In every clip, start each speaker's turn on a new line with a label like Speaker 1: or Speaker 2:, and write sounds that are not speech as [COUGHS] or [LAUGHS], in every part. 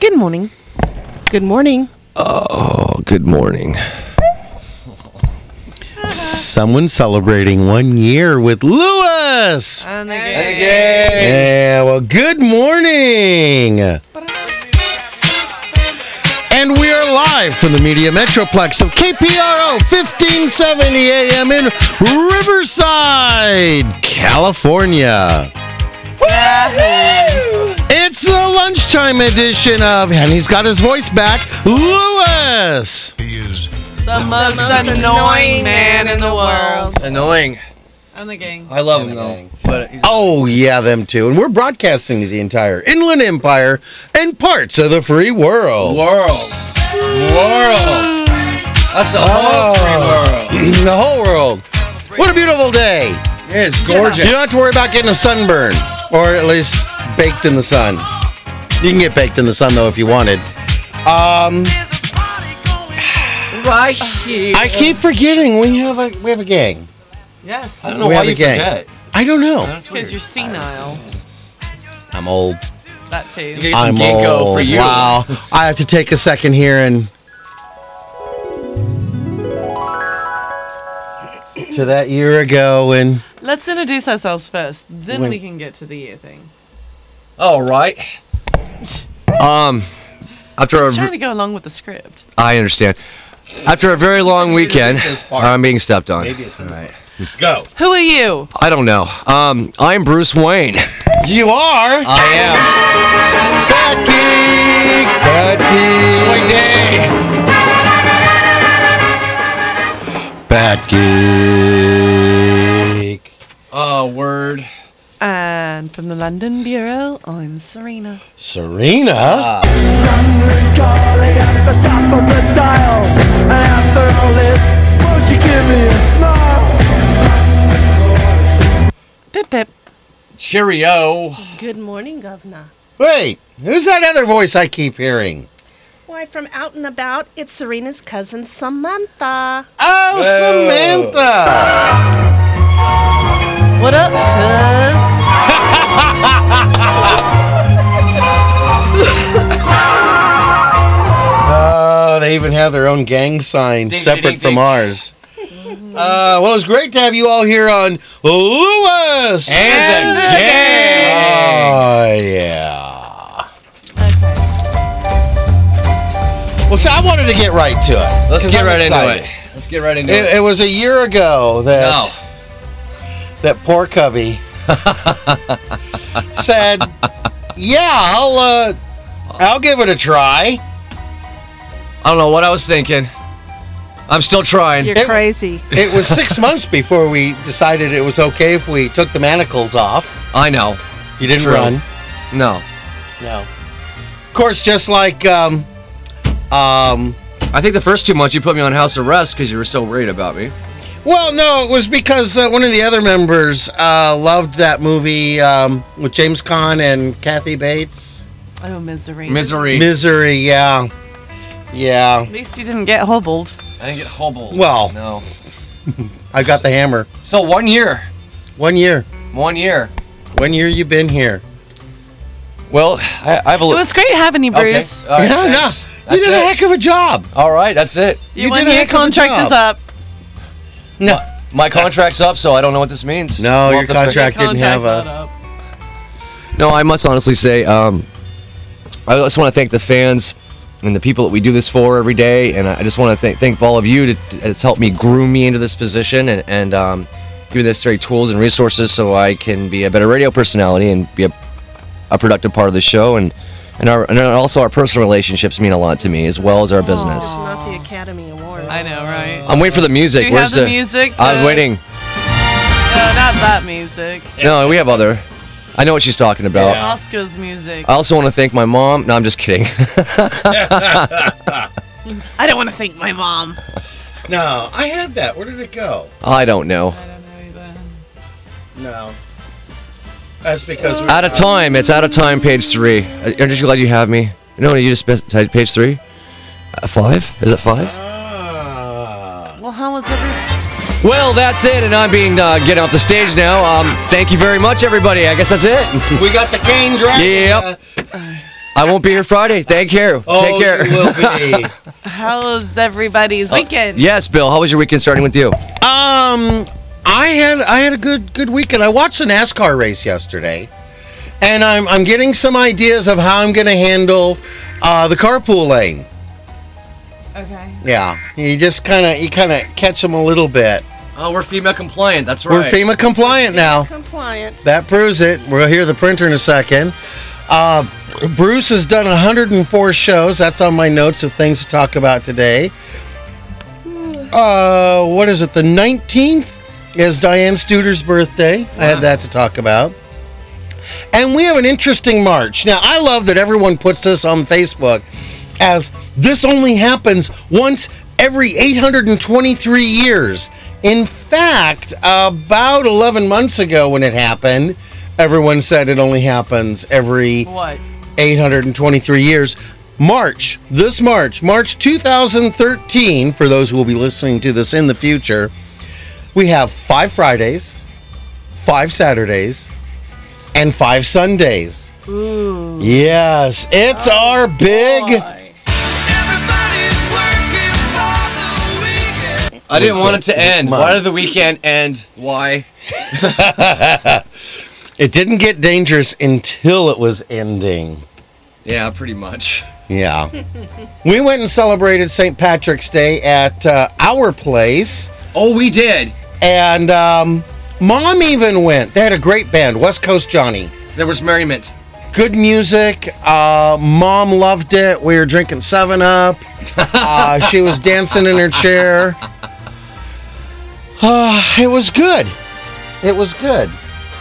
Speaker 1: Good morning.
Speaker 2: Good morning.
Speaker 3: Oh, good morning. Someone celebrating one year with Lewis. Yeah, well, good morning. And we are live from the Media Metroplex of KPRO 1570 AM in Riverside, California. It's a lunchtime edition of, and he's got his voice back, Lewis.
Speaker 1: The most annoying man in the world.
Speaker 3: Annoying.
Speaker 1: And the gang.
Speaker 4: I love him
Speaker 3: Gang.
Speaker 4: though. But he's
Speaker 3: Oh, yeah, them too. And we're broadcasting to the entire Inland Empire and parts of the free world.
Speaker 4: world, world. That's the whole
Speaker 3: Oh.
Speaker 4: free world.
Speaker 3: [CLEARS THROAT] the whole world. What a beautiful day.
Speaker 4: It's
Speaker 3: You
Speaker 4: gorgeous.
Speaker 3: don't have to worry about getting a sunburn, or at least baked in the sun. You can get baked in the sun, though, if you wanted. Um,
Speaker 4: Right here.
Speaker 3: I keep forgetting we have a we have a gang.
Speaker 1: Yes.
Speaker 4: I don't know
Speaker 3: We
Speaker 4: why
Speaker 3: have a
Speaker 4: you
Speaker 3: gang.
Speaker 4: forget.
Speaker 3: I don't know.
Speaker 4: That's
Speaker 1: Because
Speaker 4: weird.
Speaker 1: you're senile.
Speaker 3: I'm old.
Speaker 1: That too.
Speaker 4: You get some
Speaker 3: I'm
Speaker 4: ginkgo
Speaker 3: old.
Speaker 4: for you.
Speaker 3: Wow. I have to take a second here and to that year ago and
Speaker 1: Let's introduce ourselves first. Then
Speaker 3: Wait.
Speaker 1: we can get to the year thing.
Speaker 4: All right.
Speaker 5: Um, after a
Speaker 1: Trying
Speaker 5: v-
Speaker 1: to go along with the script.
Speaker 5: I understand. After a very long weekend,
Speaker 3: this part.
Speaker 5: I'm being stepped on.
Speaker 3: it's all right. Go.
Speaker 1: Who are you?
Speaker 5: I don't know. Um, I'm Bruce Wayne.
Speaker 3: You are
Speaker 5: I am.
Speaker 3: Becky.
Speaker 4: Boy, day.
Speaker 3: Becky. Bat Geek.
Speaker 4: Oh, word.
Speaker 1: And from the London Bureau, I'm Serena.
Speaker 3: Serena.
Speaker 4: Ah.
Speaker 1: Pip pip.
Speaker 4: Cheerio.
Speaker 6: Good morning, Governor.
Speaker 3: Wait, who's that other voice I keep hearing?
Speaker 6: Why, from out and about, it's Serena's cousin Samantha.
Speaker 3: Oh, Samantha.
Speaker 1: What up, cuz?
Speaker 3: Oh, they even have their own gang sign
Speaker 4: Ding,
Speaker 3: separate
Speaker 4: ding, ding,
Speaker 3: from
Speaker 4: ding.
Speaker 3: ours. [LAUGHS] Uh, well, it's great to have you all here on Lewis.
Speaker 4: And the gang.
Speaker 3: Oh, yeah. Well, see, I wanted to get right to it.
Speaker 4: Let's
Speaker 3: 'cause
Speaker 4: get
Speaker 3: I'm
Speaker 4: right
Speaker 3: excited.
Speaker 4: into it. Let's get right into
Speaker 3: It,
Speaker 4: it.
Speaker 3: it was a year ago that
Speaker 4: No.
Speaker 3: that poor [LAUGHS] Cubby said, "Yeah, I'll uh, I'll give it a try."
Speaker 5: I don't know what I was thinking. I'm still trying.
Speaker 6: You're
Speaker 3: It-
Speaker 6: crazy.
Speaker 3: It was [LAUGHS] six months before we decided it was okay if we took the manacles off.
Speaker 5: I know.
Speaker 3: You didn't
Speaker 5: True.
Speaker 3: run,
Speaker 5: No.
Speaker 3: no. Of course, just like um, um,
Speaker 5: I think the first two months you put me on house arrest because you were so worried about me.
Speaker 3: well, no, it was because uh, one of the other members uh, loved that movie um, with James Caan and Kathy Bates,
Speaker 1: Oh, misery.
Speaker 5: Misery.
Speaker 3: Misery. Yeah, yeah.
Speaker 1: At least you didn't get hobbled.
Speaker 4: I didn't get hobbled.
Speaker 3: Well-
Speaker 4: no.
Speaker 3: I got the hammer.
Speaker 4: So one year.
Speaker 3: One year.
Speaker 4: One year.
Speaker 3: One year you've been here.
Speaker 4: Well, I, I have a
Speaker 1: It was great having you, Bruce.
Speaker 4: Okay. All right,
Speaker 3: no, no.
Speaker 4: thanks.
Speaker 3: You
Speaker 4: That's
Speaker 3: did a
Speaker 4: it.
Speaker 3: heck of a job.
Speaker 4: All right, that's it.
Speaker 1: Your
Speaker 3: did a
Speaker 1: one year
Speaker 3: heck of a
Speaker 1: contract
Speaker 3: job.
Speaker 1: is up.
Speaker 3: No,
Speaker 4: My contract's up, so I don't know what this means. We'll
Speaker 3: no, your
Speaker 4: have to
Speaker 3: contract
Speaker 1: Your
Speaker 3: didn't have
Speaker 1: contract's
Speaker 3: a.
Speaker 1: not up.
Speaker 5: No, I must honestly say, um, I just want to thank the fans and the people that we do this for every day, and I just want to thank thank all of you to it's helped me groom me into this position and and um, give me the necessary tools and resources so I can be a better radio personality and be a, a productive part of the show and. And, our, and also our personal relationships mean a lot to me as well as our business.
Speaker 6: It's not the Academy Awards.
Speaker 1: I know, right?
Speaker 5: I'm waiting for the music.
Speaker 1: Do you
Speaker 5: Uh, Where's
Speaker 1: have the music?
Speaker 5: I'm
Speaker 1: Uh,
Speaker 5: waiting.
Speaker 1: No, not that music.
Speaker 5: No, we have other. I know what she's talking about.
Speaker 1: Oscar's music.
Speaker 5: I also want to thank my mom. No, I'm just kidding. [LAUGHS]
Speaker 1: I don't want to thank my mom.
Speaker 3: No, I had that. Where did it go?
Speaker 5: I don't know.
Speaker 1: I don't know either.
Speaker 3: No. That's because we
Speaker 5: Out of time. It's out of time. Page three. Uh, Aren't you glad you have me? No, you just missed type- page three. Uh, five? Is it five?
Speaker 3: Ah.
Speaker 1: Well, how was every?
Speaker 5: Well, that's it, and I'm being uh, getting off the stage now. Um, thank you very much, everybody. I guess that's it. [LAUGHS]
Speaker 3: We got the cane dragon.
Speaker 5: Yep.
Speaker 3: Uh,
Speaker 5: I won't be here Friday. Thank you. Take care.
Speaker 3: Oh, you will be.
Speaker 1: How's everybody's
Speaker 5: Oh.
Speaker 1: weekend?
Speaker 5: Yes, Bill. How was your weekend starting with you?
Speaker 3: [LAUGHS] Um, I had I had a good good weekend. I watched the NASCAR race yesterday, and I'm I'm getting some ideas of how I'm going to handle uh, the carpool lane.
Speaker 1: Okay.
Speaker 3: Yeah, you just kind of you kind of catch them a little bit.
Speaker 5: Oh, we're FEMA compliant. That's
Speaker 3: We're FEMA compliant now.
Speaker 6: Compliant.
Speaker 3: That proves it. We'll hear the printer in a second. Uh, Bruce has done 104 shows. That's on my notes of things to talk about today. Uh, what is it? The 19th is Diane Studer's birthday. I had that to talk about. And we have an interesting March. Now, I love that everyone puts this on Facebook as this only happens once every 823 years. In fact, about 11 months ago when it happened, everyone said it only happens every
Speaker 1: What?
Speaker 3: 823 years. March, this March, March 2013, for those who will be listening to this in the future, we have five Fridays, five Saturdays, and five Sundays.
Speaker 1: Ooh. Oh,
Speaker 3: Yes, it's our big.
Speaker 1: boy.
Speaker 5: I didn't want it to end.
Speaker 3: Mine.
Speaker 5: Why did the weekend end? Why?
Speaker 3: It didn't get dangerous until it was ending.
Speaker 5: Yeah, pretty much.
Speaker 1: [LAUGHS]
Speaker 3: Yeah. we went and celebrated St. Patrick's Day at uh, our place.
Speaker 5: Oh, we did.
Speaker 3: And um, mom even went. They had a great band, West Coast Johnny.
Speaker 5: There was merriment.
Speaker 3: Good music. Uh, mom loved it. We were drinking 7 Up. Uh, she was dancing in her chair. [SIGHS] Uh, it was good. It was good.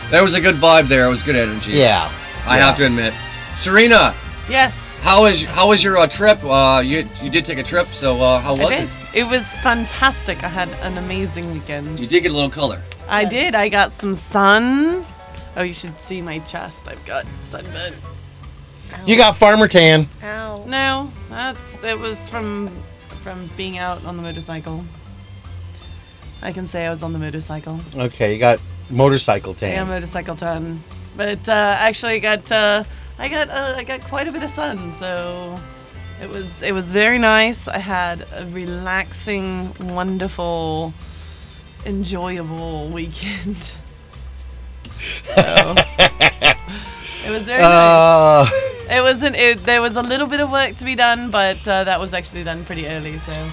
Speaker 5: There was a good vibe there. It was good energy.
Speaker 3: Yeah.
Speaker 5: I have to admit. Serena,
Speaker 1: Yes.
Speaker 5: how is how was your uh, trip? Uh, you you did take a trip, so uh, how was
Speaker 1: I
Speaker 5: it?
Speaker 1: did. It was fantastic. I had an amazing weekend.
Speaker 5: You did get a little color.
Speaker 1: I did. I got some sun. Oh, you should see my chest. I've got sunburn.
Speaker 3: You got Farmer Tan.
Speaker 6: Ow.
Speaker 1: No, that's it was from from being out on the motorcycle. I can say I was on the motorcycle.
Speaker 3: Okay, you got Motorcycle Tan.
Speaker 1: Yeah, motorcycle tan. But uh, actually, I got uh, I got uh, I got quite a bit of sun, so it was it was very nice. I had a relaxing, wonderful, enjoyable [LAUGHS] weekend. so, it was very nice.
Speaker 3: Uh,
Speaker 1: It wasn't. It, there was a little bit of work to be done, but uh, that was actually done pretty early, so done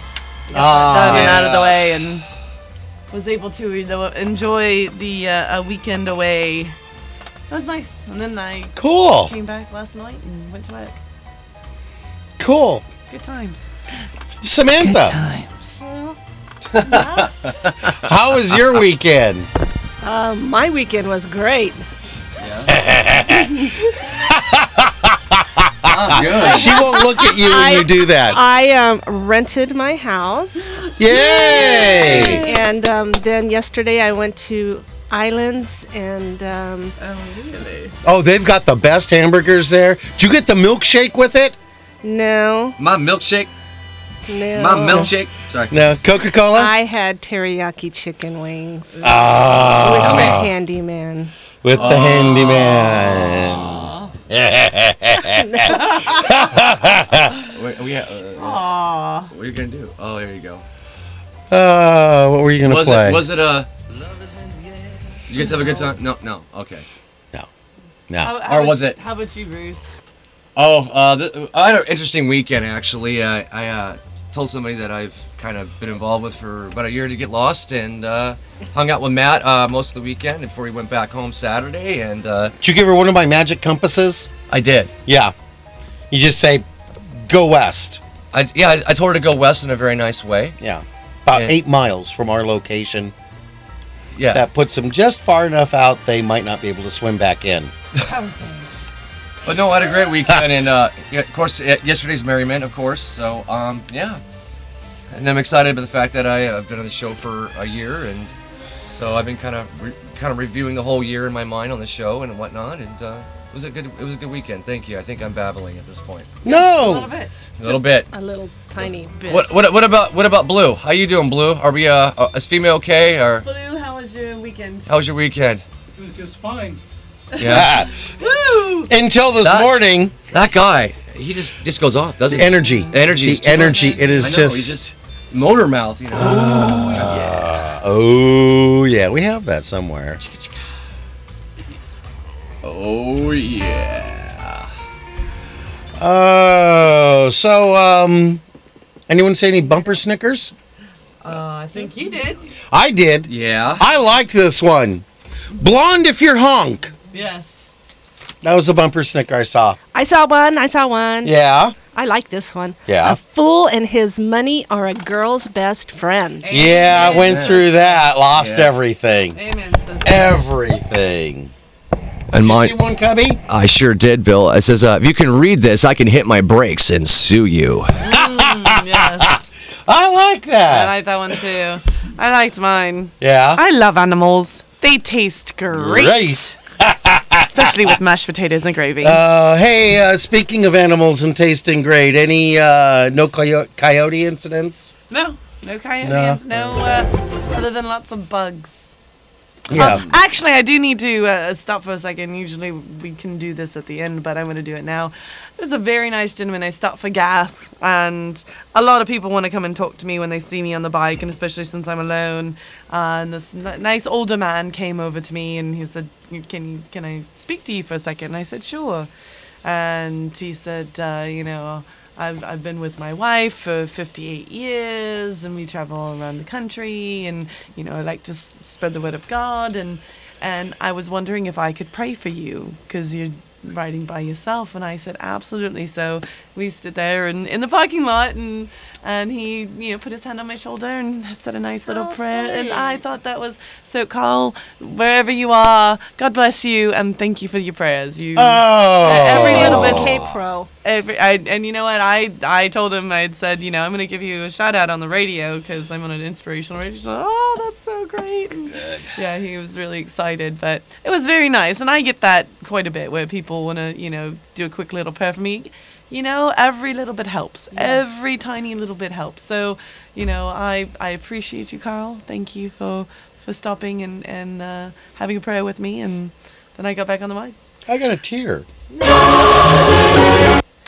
Speaker 1: and
Speaker 3: ah,
Speaker 1: out of the
Speaker 5: Yeah.
Speaker 1: way, and was able to you know, enjoy the uh, a weekend away. It was nice, and then I
Speaker 3: cool,
Speaker 1: came back last night and went to work.
Speaker 3: cool.
Speaker 1: Good times.
Speaker 3: Samantha,
Speaker 1: times.
Speaker 3: how was your weekend?
Speaker 6: Uh, my weekend was great.
Speaker 5: I'm Ah, good.
Speaker 3: She won't look at you when you do that.
Speaker 6: I um, rented my house,
Speaker 3: Yay!
Speaker 6: and um, then yesterday I went to Islands, and um,
Speaker 1: Oh really?
Speaker 3: Oh, they've got the best hamburgers there. Did you get the milkshake with it?
Speaker 6: no,
Speaker 5: My milkshake.
Speaker 6: no.
Speaker 1: Oh.
Speaker 5: My milkshake. Sorry.
Speaker 3: No, Coca Cola.
Speaker 6: I had teriyaki chicken wings
Speaker 3: Ah,
Speaker 6: with the
Speaker 5: yummy.
Speaker 6: handyman.
Speaker 3: with the
Speaker 5: Ah.
Speaker 3: handyman.
Speaker 5: Wait, we, uh, uh,
Speaker 1: Aww.
Speaker 5: what are you gonna do? Oh, there you go.
Speaker 3: Uh, what were you gonna
Speaker 5: Was
Speaker 3: play?
Speaker 5: it was it a? Did you guys have a good time? No, no. Okay.
Speaker 3: no.
Speaker 5: Or was it-
Speaker 1: How about you, Bruce?
Speaker 5: Oh, uh, th- I had an interesting weekend actually. I, I uh, told somebody that I've kind of been involved with for about a year to get lost, and uh, hung out with Matt uh, most of the weekend before he went back home Saturday, and uh,
Speaker 3: Did you give her one of my magic compasses?
Speaker 5: I did.
Speaker 3: Yeah. You just say, "Go west."
Speaker 5: I, yeah, I, I told her to go west in a very nice way.
Speaker 3: Yeah. About
Speaker 5: Yeah.
Speaker 3: eight miles from our location.
Speaker 5: Yeah,
Speaker 3: That puts them just far enough out they might not be able to swim back in.
Speaker 5: but no, I had a great weekend, and uh, yeah, of course, y- yesterday's merriment, of course. So um, yeah, and I'm excited about the fact that I, uh, I've been on the show for a year, and so I've been kind of re- kind of reviewing the whole year in my mind on the show and whatnot, and uh, it was a good it was a good weekend. Thank you. I think I'm babbling at this point Oh.
Speaker 1: A little
Speaker 3: No.
Speaker 1: bit.
Speaker 5: a little bit.
Speaker 6: A little tiny bit.
Speaker 5: What, what what about what about Blue? How you doing, Blue? Are we uh, uh is female okay or
Speaker 1: Blue, how was your weekend?
Speaker 5: how was your weekend?
Speaker 2: It was just fine.
Speaker 5: Yeah,
Speaker 3: Ah.
Speaker 1: Woo!
Speaker 3: Until this
Speaker 5: That-
Speaker 3: morning.
Speaker 5: that guy. he just just goes off, doesn't
Speaker 3: The energy.
Speaker 5: he? Energy. is
Speaker 3: The
Speaker 5: too much.
Speaker 3: energy. It is
Speaker 5: I know, he's
Speaker 3: just.
Speaker 5: just motor mouth. You know.
Speaker 3: Oh yeah, we have that somewhere.
Speaker 5: oh yeah.
Speaker 3: Oh, so um, anyone say any bumper Snickers?
Speaker 1: I think you did.
Speaker 3: I did.
Speaker 5: Yeah.
Speaker 3: I like this one. Blonde if you're honk.
Speaker 1: Yes.
Speaker 3: That was a bumper Snicker I saw.
Speaker 6: I saw one. I saw one.
Speaker 3: Yeah.
Speaker 6: I like this one.
Speaker 3: Yeah.
Speaker 6: A fool and his money are a girl's best friend.
Speaker 3: Yeah, I went
Speaker 5: Yeah.
Speaker 3: through that. Lost
Speaker 5: Yeah.
Speaker 3: everything.
Speaker 1: Amen. sis.
Speaker 3: Everything.
Speaker 5: And
Speaker 3: You see
Speaker 5: mine,
Speaker 3: one cubby?
Speaker 5: I sure did, Bill. It says, uh, if you can read this, I can hit my brakes and sue you.
Speaker 1: Mm, [LAUGHS] yes.
Speaker 3: I like
Speaker 1: I
Speaker 3: that.
Speaker 1: like that one too. I liked mine.
Speaker 3: Yeah.
Speaker 1: I love animals. They taste great.
Speaker 5: [LAUGHS]
Speaker 3: Great.
Speaker 1: Especially with mashed potatoes and gravy.
Speaker 3: Uh, hey, uh, speaking of animals and tasting great, any uh, no coyo- coyote incidents?
Speaker 1: no, no coyote
Speaker 3: No.
Speaker 1: hands, no uh, other than lots of bugs.
Speaker 3: Yeah.
Speaker 1: Um, actually, I do need to uh, stop for a second. Usually we can do this at the end, but I'm going to do it now. It was a very nice gentleman. I stopped for gas, and a lot of people want to come and talk to me when they see me on the bike, and especially since I'm alone. Uh, and this n- nice older man came over to me, and he said, "Can you, can I speak to you for a second? And I said, "Sure." And he said, uh, "You know." I've, I've been with my wife for 58 years and we travel all around the country and you know I like to s- spread the word of God and and I was wondering if I could pray for you because you're riding by yourself and I said absolutely so we stood there and in the parking lot and and he you know put his hand on my shoulder and said a nice little
Speaker 6: How
Speaker 1: prayer and I
Speaker 6: sweet.
Speaker 1: thought that was so Carl wherever you are God bless you and thank you for your prayers you
Speaker 3: Oh.
Speaker 1: Every little bit.
Speaker 6: K Pro.
Speaker 1: Every, I, and you know what? I I told him I'd said you know I'm gonna give you a shout out on the radio because I'm on an inspirational radio. He's like, oh, that's so great. And yeah, he was really excited, but it was very nice. And I get that quite a bit where people wanna you know do a quick little prayer for me. You know, every little bit helps. Every tiny little bit helps. So you know, I I appreciate you, Carl. Thank you for for stopping and and uh, having a prayer with me. And then I got back on the mic.
Speaker 3: I got a tear.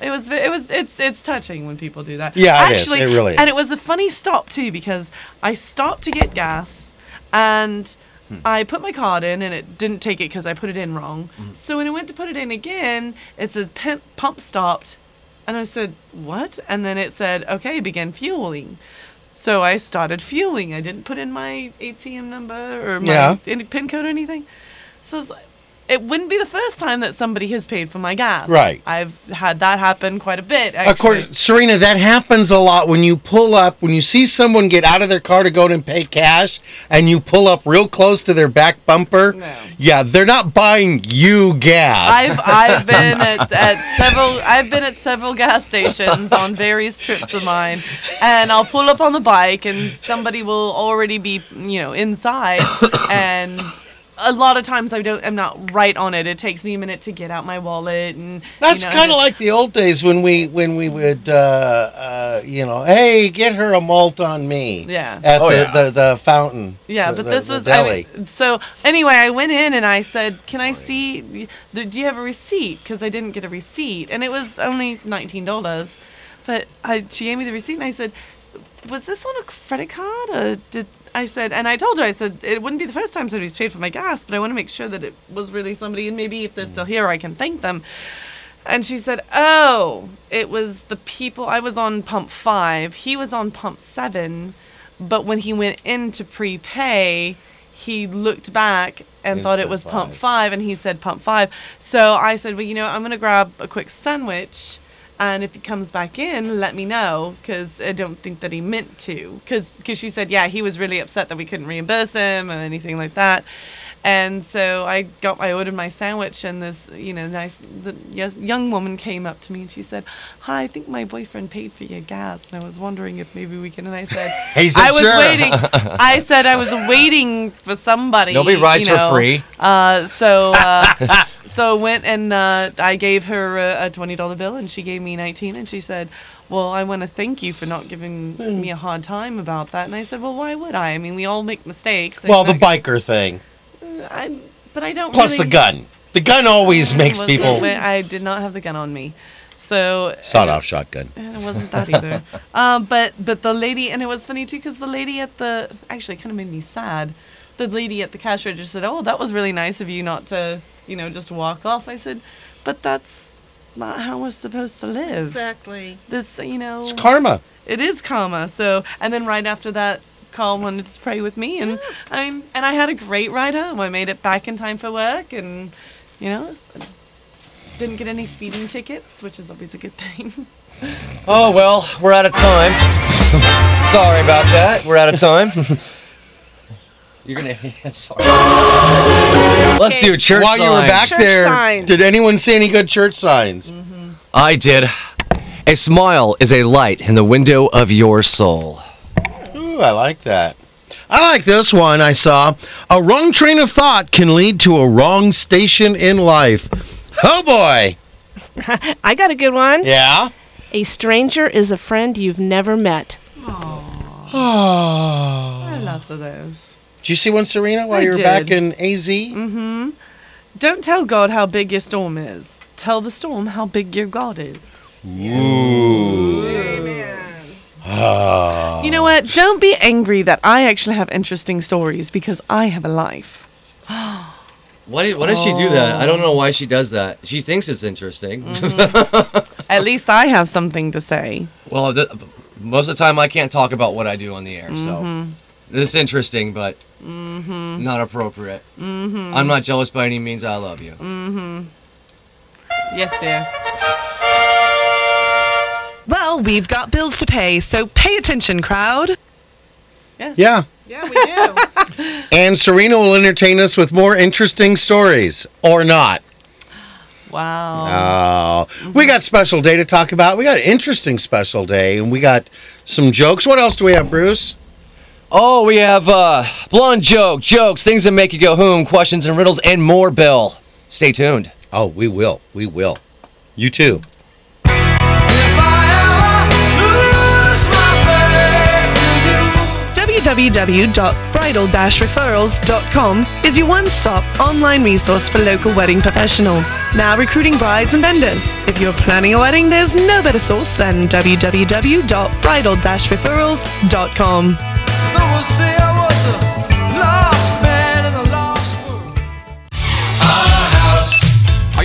Speaker 1: It was it was it's it's touching when people do that.
Speaker 3: Yeah, it is. It really
Speaker 1: And
Speaker 3: is.
Speaker 1: it was a funny stop too because I stopped to get gas, and
Speaker 3: Hmm.
Speaker 1: I put my card in and it didn't take it because I put it in wrong.
Speaker 3: Hmm.
Speaker 1: So when I went to put it in again, it says pimp, pump stopped, and I said what? And then it said okay, begin fueling. So I started fueling. I didn't put in my ATM number or my
Speaker 3: Yeah.
Speaker 1: in- pin code or anything. So it's like, it wouldn't be the first time that somebody has paid for my gas.
Speaker 3: Right.
Speaker 1: I've had that happen quite a bit. Actually.
Speaker 3: Of [LAUGHS] course, Serena, that happens a lot when you pull up, when you see someone get out of their car to go in and pay cash, and you pull up real close to their back bumper.
Speaker 1: No.
Speaker 3: Yeah, they're not buying you gas.
Speaker 1: I've I've been at, at several I've been at several gas stations on various trips of mine, and I'll pull up on the bike and somebody will already be you know inside,
Speaker 3: [COUGHS]
Speaker 1: and a lot of times I don't I'm not right on it. It takes me a minute to get out my wallet and you
Speaker 3: That's
Speaker 1: know,
Speaker 3: kind of
Speaker 1: and-
Speaker 3: like the old days when we when we would, uh, uh, you know, hey, get her a malt on me.
Speaker 1: Yeah.
Speaker 3: At
Speaker 5: Oh,
Speaker 3: the,
Speaker 5: yeah.
Speaker 3: the, the fountain.
Speaker 1: Yeah,
Speaker 3: the-
Speaker 1: but
Speaker 3: the-
Speaker 1: this
Speaker 3: the
Speaker 1: was I
Speaker 3: deli.
Speaker 1: mean, so. Anyway, I went in and I said, "Can I see? The, do you have a receipt?" Because I didn't get a receipt, and it was only nineteen dollars. But I, she gave me the receipt, and I said, "Was this on a credit card?" Or did I said, and I told her, I said it wouldn't be the first time somebody's paid for my gas, but I want to make sure that it was really somebody, and maybe if they're still here, I can thank them. And she said, Oh, it was the people. I was on pump five. He was on pump seven. But when he went in to prepay, he looked back and
Speaker 3: And
Speaker 1: thought
Speaker 3: said
Speaker 1: it was pump
Speaker 3: five.
Speaker 1: five. And he said pump five. So I said, Well, you know, I'm going to grab a quick sandwich. And if he comes back in, let me know because I don't think that he meant to. Because she said, yeah, he was really upset that we couldn't reimburse him or anything like that. And so I got, I ordered my sandwich, and this, you know, nice the yes, young woman came up to me and she said, "Hi, I think my boyfriend paid for your gas, and I was wondering if maybe we can." And I said,
Speaker 3: He said,
Speaker 1: "I was
Speaker 3: "Sure."
Speaker 1: waiting." I said, "I was waiting for somebody."
Speaker 5: Nobody rides
Speaker 1: you
Speaker 5: for
Speaker 1: know.
Speaker 5: free.
Speaker 1: Uh, so,
Speaker 5: [LAUGHS]
Speaker 1: uh, so I went and uh, I gave her a, a twenty dollar bill, and she gave me nineteen, and she said, "Well, I want to thank you for not giving
Speaker 3: Hmm.
Speaker 1: me a hard time about that." And I said, "Well, why would I? I mean, we all make mistakes."
Speaker 3: well, the
Speaker 1: Like,
Speaker 3: biker thing,
Speaker 1: I, but I don't.
Speaker 3: plus
Speaker 1: really,
Speaker 3: the gun. The gun always makes
Speaker 1: Wasn't
Speaker 3: people.
Speaker 1: aware- I did not have the gun on me.
Speaker 7: So
Speaker 3: Sawed off shotgun.
Speaker 7: And it wasn't that either. uh, but but the lady, and it was funny too, because the lady at the actually kind of made me sad. The lady at the cash register said, "Oh, that was really nice of you not to, you know, just walk off." I said, "But that's not how we're supposed to live.
Speaker 6: Exactly.
Speaker 7: This, you know,
Speaker 3: It's karma.
Speaker 7: it is karma." So, and then right after that, Carl wanted to pray with me, and I mean, and I had a great ride home. I made it back in time for work, and you know, didn't get any speeding tickets, which is always a good thing. [LAUGHS]
Speaker 5: Oh well, we're out of time. [LAUGHS] sorry about that. We're out of time. [LAUGHS] You're gonna. [LAUGHS] sorry. Let's do church
Speaker 3: While you were
Speaker 5: signs.
Speaker 3: back
Speaker 6: Church
Speaker 3: there,
Speaker 6: signs.
Speaker 3: did anyone see any good church signs?
Speaker 1: Mm-hmm.
Speaker 5: I did. A smile is a light in the window of your soul.
Speaker 3: Ooh, I like that. I like this one I saw. A wrong train of thought can lead to a wrong station in life. Oh boy.
Speaker 6: I got a good one.
Speaker 3: Yeah.
Speaker 6: A stranger is a friend you've never met.
Speaker 3: Oh.
Speaker 7: Lots of those.
Speaker 3: Did you see one, Serena, while
Speaker 7: I
Speaker 3: you were back in
Speaker 7: did.
Speaker 3: AZ?
Speaker 7: Don't tell God how big your storm is. Tell the storm how big your God is.
Speaker 3: Oh.
Speaker 7: You know what? Don't be angry that I actually have interesting stories because I have a life.
Speaker 1: Why, do- why does she do that? I don't
Speaker 5: Oh.
Speaker 1: know why she does that. She thinks it's interesting.
Speaker 5: Mm-hmm.
Speaker 1: [LAUGHS]
Speaker 7: At least I have something to say.
Speaker 5: Well, th- most of the time I can't talk about what I do on the air, so it's interesting, but not appropriate. I'm not jealous by any means. I love you.
Speaker 7: Yes, dear. Well, we've got bills to pay, so pay attention, crowd. Yes.
Speaker 3: Yeah.
Speaker 6: Yeah, we do.
Speaker 3: [LAUGHS] And Serena will entertain us with more interesting stories or not.
Speaker 7: Wow.
Speaker 3: Oh, we got special day to talk about. We got an interesting special day, and we got some jokes. What else do we have, Bruce?
Speaker 5: Oh, we have uh, blonde joke, jokes, things that make you go home, questions and riddles, and more, Bill. Stay tuned.
Speaker 3: Oh, we will. We will. You too.
Speaker 7: www.bridal-referrals.com is your one-stop online resource for local wedding professionals. Now recruiting brides and vendors. If you're planning a wedding, there's no better source than www.bridal-referrals.com.
Speaker 8: Are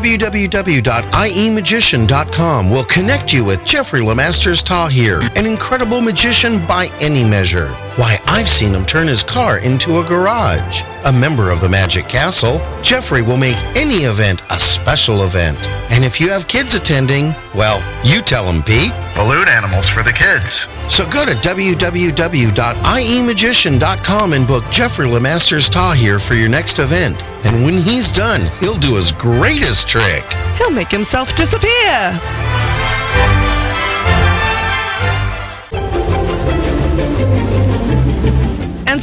Speaker 3: E www.iemagician.com will connect you with Jeffrey Lemasters Ta here, an incredible magician by any measure. Why, I've seen him turn his car into a garage. A member of the Magic Castle, Jeffrey will make any event a special event. And if you have kids attending, well, you tell them, Pete.
Speaker 9: Balloon animals for the kids.
Speaker 3: So go to E www.iemagician.com and book Jeffrey Lemasters Ta here for your next event. And when he's done, he'll do his greatest trick.
Speaker 7: He'll make himself disappear. And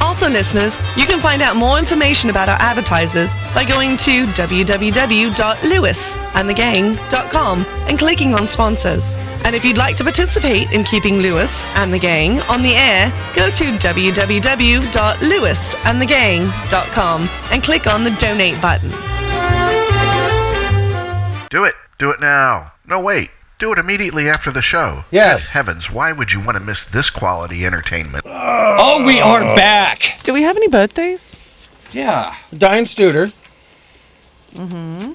Speaker 7: Also, listeners, you can find out more information about our advertisers by going to www.lewisandthegang.com and clicking on sponsors. And if you'd like to participate in keeping Lewis and the Gang on the air, go to www.lewisandthegang.com and click on the donate button.
Speaker 9: Do it. Do it now. No, wait. Do it immediately after the show.
Speaker 3: Yes.
Speaker 9: Good heavens, why would you want to miss this quality entertainment?
Speaker 5: Oh,
Speaker 3: Uh,
Speaker 5: we are back.
Speaker 7: Do we have any birthdays?
Speaker 5: Yeah.
Speaker 3: Diane Studer.
Speaker 10: Happy birthday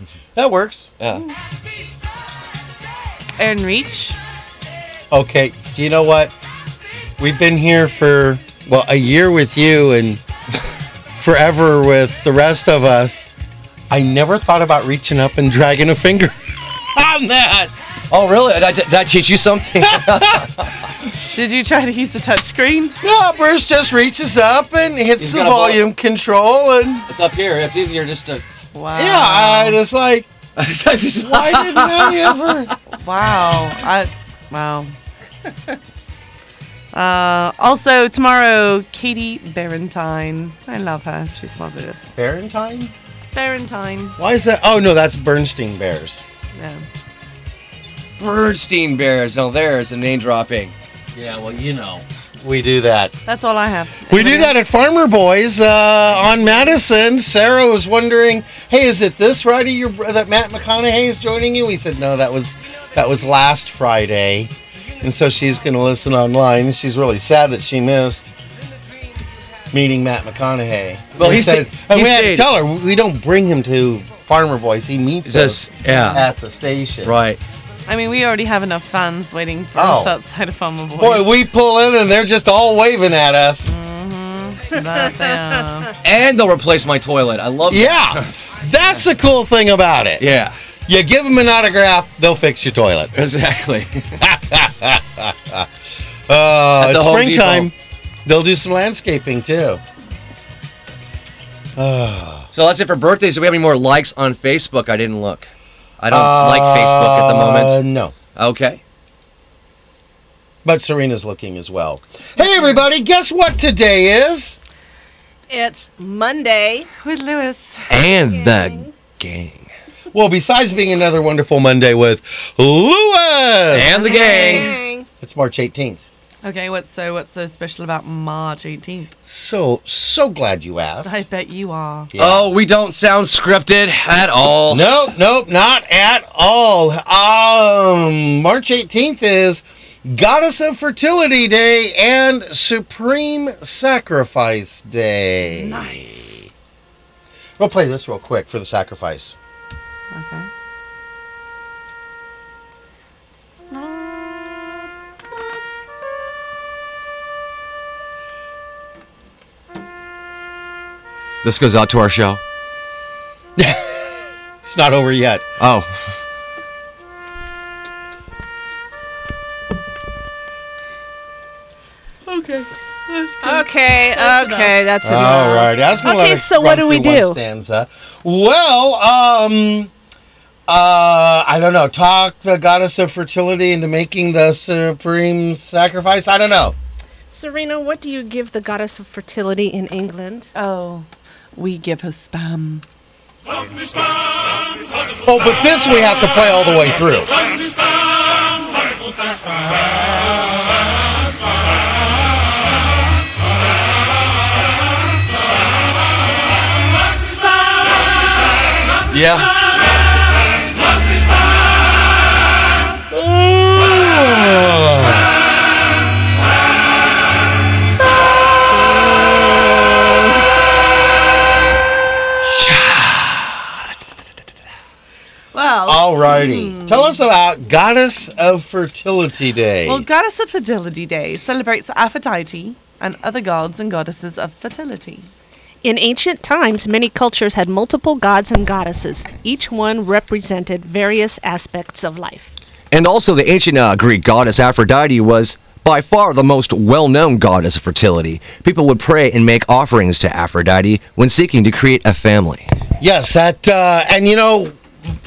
Speaker 10: to
Speaker 3: That works.
Speaker 4: Yeah.
Speaker 1: And reach.
Speaker 3: Okay. Do you know what? We've been here for well a year with you and [LAUGHS] forever with the rest of us. I never thought about reaching up and dragging a finger [LAUGHS] on that.
Speaker 5: Oh, really? Did I, did I teach you something?
Speaker 3: [LAUGHS]
Speaker 1: Did you try to use the touchscreen?
Speaker 3: No, Bruce just reaches up and hits
Speaker 4: He's
Speaker 3: the
Speaker 4: gonna blow it.
Speaker 3: volume control, and
Speaker 4: It's up here. It's easier just
Speaker 5: [LAUGHS]
Speaker 4: to.
Speaker 1: Wow.
Speaker 3: yeah,
Speaker 1: Ah.
Speaker 3: I just like why didn't I ever?
Speaker 1: Wow. I wow. [LAUGHS] Uh, also tomorrow, Katie Barentine. I love her. She's fabulous.
Speaker 3: Barentine?
Speaker 1: Barentine.
Speaker 3: Why is that? Oh no, that's Bernstein Bears.
Speaker 1: Yeah.
Speaker 5: Bernstein Bears. Now there's a name dropping.
Speaker 3: Yeah, well you know. We do that.
Speaker 1: That's all I have.
Speaker 3: We do that at Farmer Boys uh, on Madison. Sarah was wondering, "Hey, is it this Friday your, that Matt McConaughey is joining you?" We said, "No, that was that was last Friday," and so she's going to listen online. She's really sad that she missed meeting Matt McConaughey.
Speaker 5: Well,
Speaker 3: We
Speaker 5: he
Speaker 3: said,
Speaker 5: sta-
Speaker 3: and
Speaker 5: he
Speaker 3: we had to
Speaker 5: stayed.
Speaker 3: tell her we don't bring him to Farmer Boys. He meets us
Speaker 5: yeah.
Speaker 3: at the station.
Speaker 5: Right.
Speaker 1: I mean, we already have enough fans waiting for
Speaker 3: Oh.
Speaker 1: us outside of Farmer Boys.
Speaker 3: Boy, we pull in and they're just all waving at us.
Speaker 1: But, uh,
Speaker 5: And they'll replace my toilet. I love that.
Speaker 3: Yeah, that's the cool thing about
Speaker 5: [LAUGHS]
Speaker 3: it.
Speaker 5: Yeah.
Speaker 3: You give them an autograph, they'll fix your toilet.
Speaker 5: Exactly.
Speaker 3: Uh,
Speaker 5: At the
Speaker 3: it's
Speaker 5: Home
Speaker 3: springtime. They'll do some landscaping too. Uh,
Speaker 5: so that's it for birthdays. Do we have any more likes on Facebook? I didn't look. I don't Um, like Facebook at the
Speaker 3: Uh,
Speaker 5: moment.
Speaker 3: no,
Speaker 5: Okay.
Speaker 3: but Serena's looking as well. Hey, everybody, guess what today is?
Speaker 6: It's Monday.
Speaker 1: with Lewis.
Speaker 5: And the gang.
Speaker 3: Well, besides being another wonderful Monday with Lewis,
Speaker 5: And the gang.
Speaker 6: Dang.
Speaker 3: it's March 18th.
Speaker 1: Okay, what's so what's so special about March 18th?
Speaker 3: So, so glad you
Speaker 1: I
Speaker 3: asked.
Speaker 1: bet you are.
Speaker 3: Yeah.
Speaker 5: Oh, we don't sound scripted at all.
Speaker 3: Nope, nope, not at all. Um, March 18th is Goddess of Fertility Day and Supreme Sacrifice Day. Nice. We'll play this real quick for the sacrifice.
Speaker 1: Okay.
Speaker 5: This goes out to our show.
Speaker 3: It's not over yet.
Speaker 5: Oh.
Speaker 1: Okay.
Speaker 6: [LAUGHS] Okay, okay, that's enough.
Speaker 3: All right. I was gonna
Speaker 6: Okay,
Speaker 3: let her
Speaker 6: so
Speaker 3: run
Speaker 6: what do we
Speaker 3: through one
Speaker 6: do?
Speaker 3: Stanza. Well, um, uh, I don't know. Talk the goddess of fertility into making the supreme sacrifice. I don't know.
Speaker 6: Serena, what do you give the goddess of fertility in England?
Speaker 1: Oh, we give her spam.
Speaker 3: Oh, but this we have to play all the way through.
Speaker 5: Yeah.
Speaker 1: Well,
Speaker 3: Alrighty. Tell us about Goddess of Fertility Day.
Speaker 1: Well, Goddess of Fertility Day celebrates Aphrodite and other gods and goddesses of fertility.
Speaker 6: In ancient times, many cultures had multiple gods and goddesses. Each one represented various aspects of life.
Speaker 5: And also, the ancient uh, Greek goddess Aphrodite was by far the most well known goddess of fertility. People would pray and make offerings to Aphrodite when seeking to create a family.
Speaker 3: yes, that uh, and you know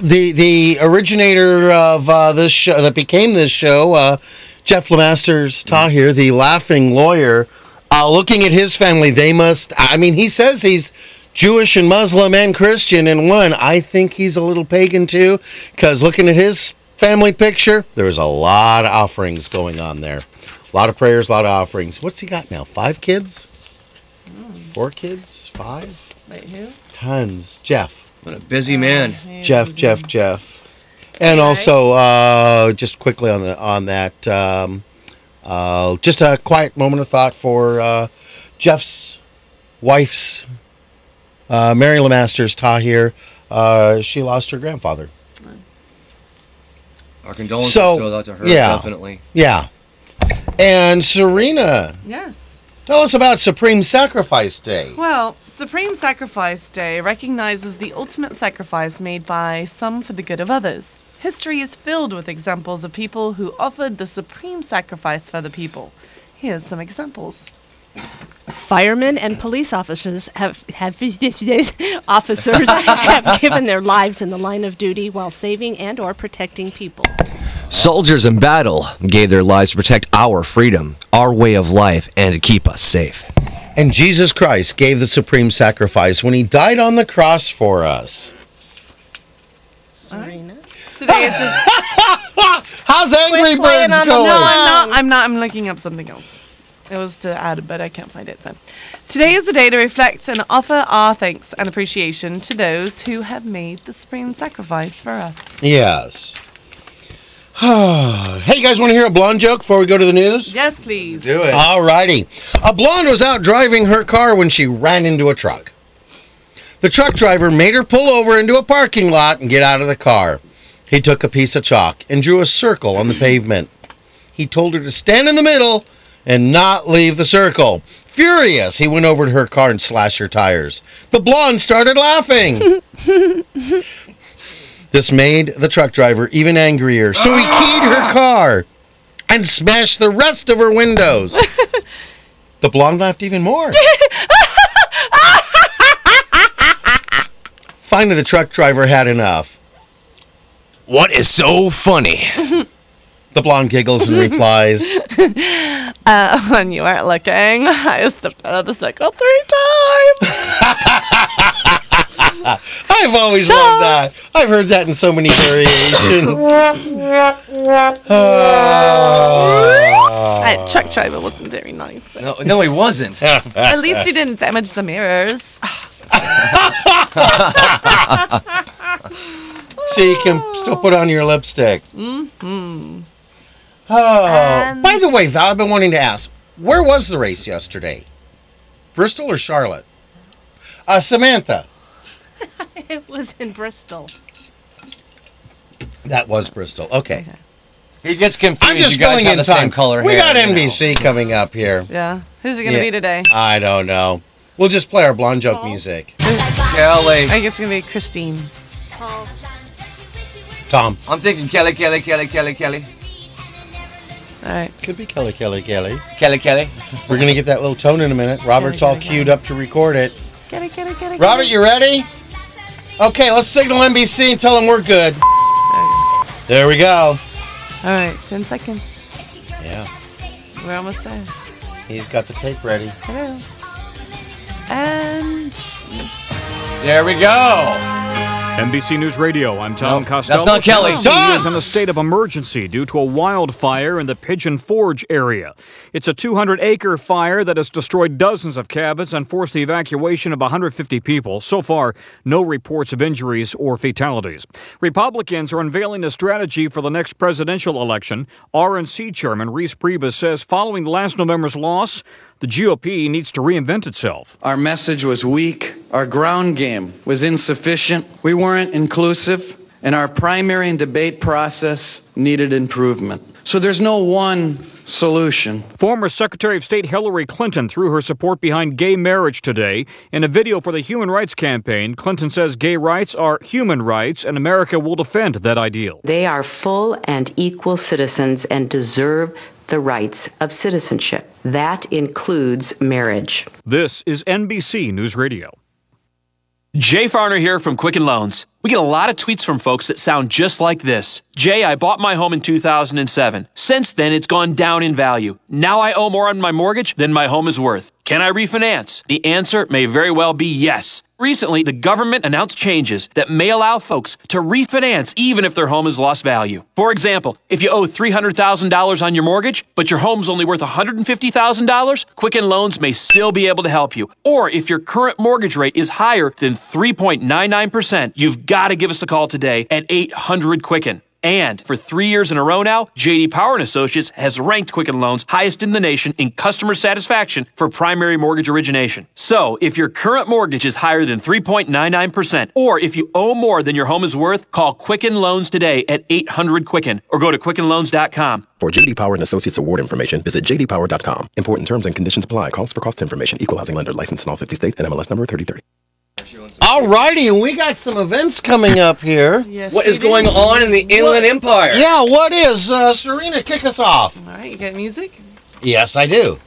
Speaker 3: the the originator of uh, this show that became this show, uh, Jeff Lemasters Tahir, the laughing lawyer. Uh, looking at his family, they must. I mean, he says he's Jewish and Muslim and Christian in one. I think he's a little pagan too, because looking at his family picture, there was a lot of offerings going on there. A lot of prayers, a lot of offerings. What's he got now? Five kids? Four kids? Five?
Speaker 1: Wait, who?
Speaker 3: Tons. Jeff.
Speaker 5: What a busy man.
Speaker 3: Jeff. Jeff. Jeff. And also, uh, just quickly on the on that, um, uh, just a quiet moment of thought for uh, Jeff's wife's uh, Mary Lemaster's Tahir. uh, she lost her grandfather.
Speaker 4: Our condolences
Speaker 3: So,
Speaker 4: goes out to her.
Speaker 3: yeah.
Speaker 4: Definitely.
Speaker 3: Yeah. And Serena,
Speaker 1: Yes.
Speaker 3: tell us about Supreme Sacrifice Day.
Speaker 1: Well, Supreme Sacrifice Day recognizes the ultimate sacrifice made by some for the good of others. History is filled with examples of people who offered the supreme sacrifice for the people. Here's some examples.
Speaker 6: Firemen and police officers have have [LAUGHS] officers [LAUGHS] have given their lives in the line of duty while saving and or protecting people. [LAUGHS]
Speaker 5: Soldiers in battle gave their lives to protect our freedom, our way of life, and to keep us safe.
Speaker 3: And Jesus Christ gave the supreme sacrifice when he died on the cross for us.
Speaker 6: Serena.
Speaker 1: Today is a-
Speaker 3: How's Angry
Speaker 1: playing
Speaker 3: Birds
Speaker 1: on the-
Speaker 3: going?
Speaker 1: [LAUGHS] No, I'm not. I'm not. I'm looking up something else. It was to add, but I can't find it. So, today is the day to reflect and offer our thanks and appreciation to those who have made the supreme sacrifice for us.
Speaker 3: Yes. [SIGHS] hey, you guys want to hear a blonde joke before we go to the news?
Speaker 1: Yes, please.
Speaker 4: Do it.
Speaker 3: All righty. A blonde was out driving her car when she ran into a truck. The truck driver made her pull over into a parking lot and get out of the car. He took a piece of chalk and drew a circle on the pavement. He told her to stand in the middle and not leave the circle. Furious, he went over to her car and slashed her tires. The blonde started laughing. this made the truck driver even angrier, so he keyed her car and smashed the rest of her windows. the blonde laughed even more. Finally, the truck driver had enough.
Speaker 5: What is so funny?
Speaker 3: [LAUGHS] The blonde giggles and replies,
Speaker 1: [LAUGHS] Uh, when you weren't looking, [LAUGHS] I stepped out of the circle three times.
Speaker 3: I've always loved that. I've heard that in so many variations. Ah.
Speaker 1: That truck driver wasn't very nice. but
Speaker 4: No, no, he wasn't.
Speaker 3: [LAUGHS]
Speaker 1: At least he didn't damage the mirrors. [SIGHS]
Speaker 3: so you can still put on your lipstick. Mm-hmm. Oh.
Speaker 1: Um,
Speaker 3: By the way, Val, I've been wanting to ask, where was the race yesterday? Bristol or Charlotte? Uh, Samantha.
Speaker 6: It was in Bristol.
Speaker 3: That was Bristol. Okay.
Speaker 4: He gets confused.
Speaker 3: I'm just
Speaker 4: you guys
Speaker 3: filling
Speaker 4: have
Speaker 3: in
Speaker 4: the
Speaker 3: time.
Speaker 4: same color
Speaker 3: we
Speaker 4: hair,
Speaker 3: got
Speaker 4: you know.
Speaker 3: NBC coming up here.
Speaker 1: Yeah. Who's it gonna
Speaker 3: Yeah.
Speaker 1: be today?
Speaker 3: I don't know. We'll just play our blonde joke music.
Speaker 1: I
Speaker 4: Kelly.
Speaker 1: think it's gonna be Christine.
Speaker 3: Tom.
Speaker 4: I'm thinking Kelly, Kelly, Kelly, Kelly, Kelly,
Speaker 1: All right.
Speaker 3: Could be Kelly, Kelly, Kelly.
Speaker 4: Kelly, Kelly.
Speaker 3: We're going to get that little tone in a minute. Robert's all
Speaker 1: Kelly, Kelly.
Speaker 3: queued up to record it.
Speaker 1: Get it, get it, get it.
Speaker 3: Robert,
Speaker 1: get it.
Speaker 3: you ready? Okay, let's signal NBC and tell them we're good. There we go.
Speaker 1: All right. Ten seconds.
Speaker 3: Yeah,
Speaker 1: We're almost there.
Speaker 3: he's got the tape ready.
Speaker 1: Hello. And
Speaker 4: There we go.
Speaker 11: NBC News Radio, I'm Tom
Speaker 4: No,
Speaker 11: Costello.
Speaker 4: that's not Kelly.
Speaker 11: Tennessee
Speaker 3: Tom!
Speaker 11: is in a state of emergency due to a wildfire in the Pigeon Forge area. It's a 200 acre fire that has destroyed dozens of cabins and forced the evacuation of 150 people. So far, no reports of injuries or fatalities. Republicans are unveiling a strategy for the next presidential election. RNC Chairman Reese Priebus says following last November's loss, the GOP needs to reinvent itself.
Speaker 12: Our message was weak. Our ground game was insufficient. We weren't inclusive. And our primary and debate process needed improvement. So there's no one solution.
Speaker 11: Former Secretary of State Hillary Clinton threw her support behind gay marriage today. In a video for the Human Rights Campaign, Clinton says gay rights are human rights and America will defend that ideal.
Speaker 13: They are full and equal citizens and deserve the rights of citizenship. That includes marriage.
Speaker 11: This is NBC News Radio.
Speaker 14: Jay Farner here from Quicken Loans. We get a lot of tweets from folks that sound just like this. Jay, I bought my home in 2007. Since then, it's gone down in value. Now I owe more on my mortgage than my home is worth. Can I refinance? The answer may very well be yes. Recently, the government announced changes that may allow folks to refinance even if their home has lost value. For example, if you owe $300,000 on your mortgage, but your home's only worth $150,000, Quicken Loans may still be able to help you. Or if your current mortgage rate is higher than 3.99%, you've got to give us a call today at 800 Quicken. And for three years in a row now, JD Power and Associates has ranked Quicken Loans highest in the nation in customer satisfaction for primary mortgage origination. So, if your current mortgage is higher than 3.99%, or if you owe more than your home is worth, call Quicken Loans today at 800 Quicken or go to QuickenLoans.com.
Speaker 15: For JD Power and Associates award information, visit jdpower.com. Important terms and conditions apply. Calls for cost information. Equal housing lender license in all 50 states and MLS number 3030.
Speaker 3: All righty, and we got some events coming up here.
Speaker 5: What is going on in the Inland Empire?
Speaker 3: Yeah, what is? Uh, Serena, kick us off.
Speaker 1: All right, you got music?
Speaker 3: Yes, I do.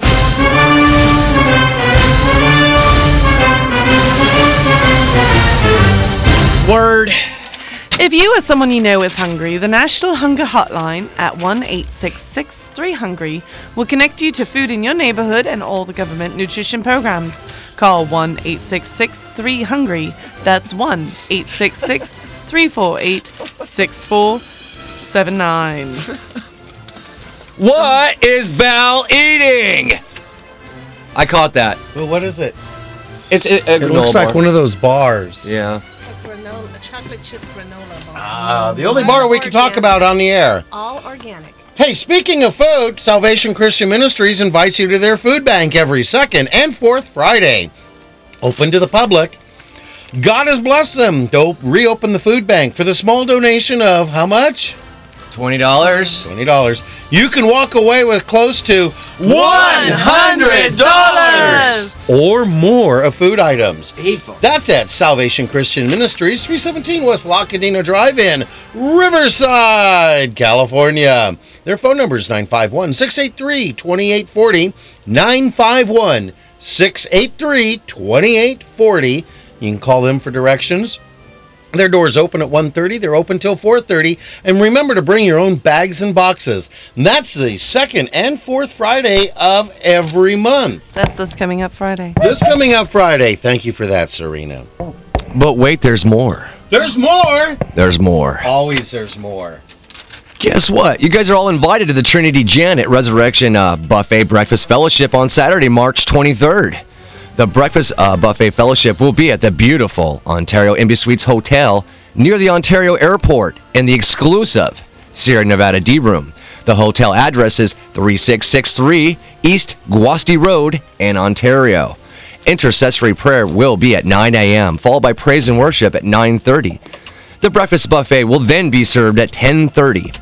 Speaker 1: Word. If you or someone you know is hungry, the National Hunger Hotline at 1 Hungry will connect you to food in your neighborhood and all the government nutrition programs. Call 1 Hungry. That's 1 348 6479.
Speaker 5: What is Val eating? I caught that.
Speaker 3: Well, what is it?
Speaker 5: It's it,
Speaker 3: It looks like one of those bars.
Speaker 5: Yeah.
Speaker 6: granola, a chocolate chip granola bar.
Speaker 3: Uh, the only bar we can talk about on the air.
Speaker 6: All organic.
Speaker 3: Hey, speaking of food, Salvation Christian Ministries invites you to their food bank every second and fourth Friday. Open to the public. God has blessed them to reopen the food bank for the small donation of how much?
Speaker 5: $20. $20.
Speaker 3: You can walk away with close to
Speaker 5: $100.
Speaker 3: or more of food items. That's at Salvation Christian Ministries, 317 West La Cadena Drive in Riverside, California. Their phone number is 951 683 2840. 951 683 2840. You can call them for directions. Their doors open at 1:30. They're open till 4:30. And remember to bring your own bags and boxes. And that's the second and fourth Friday of every month.
Speaker 1: That's this coming up Friday.
Speaker 3: This coming up Friday. Thank you for that, Serena.
Speaker 5: But wait, there's more.
Speaker 3: There's more.
Speaker 5: There's more.
Speaker 3: Always there's more.
Speaker 5: Guess what? You guys are all invited to the Trinity Janet Resurrection uh, Buffet Breakfast Fellowship on Saturday, March 23rd. The Breakfast uh, Buffet Fellowship will be at the beautiful Ontario MB Suites Hotel near the Ontario Airport in the exclusive Sierra Nevada D Room. The hotel address is 3663 East Guasti Road in Ontario. Intercessory prayer will be at 9 a.m., followed by praise and worship at 9:30. The breakfast buffet will then be served at 10:30.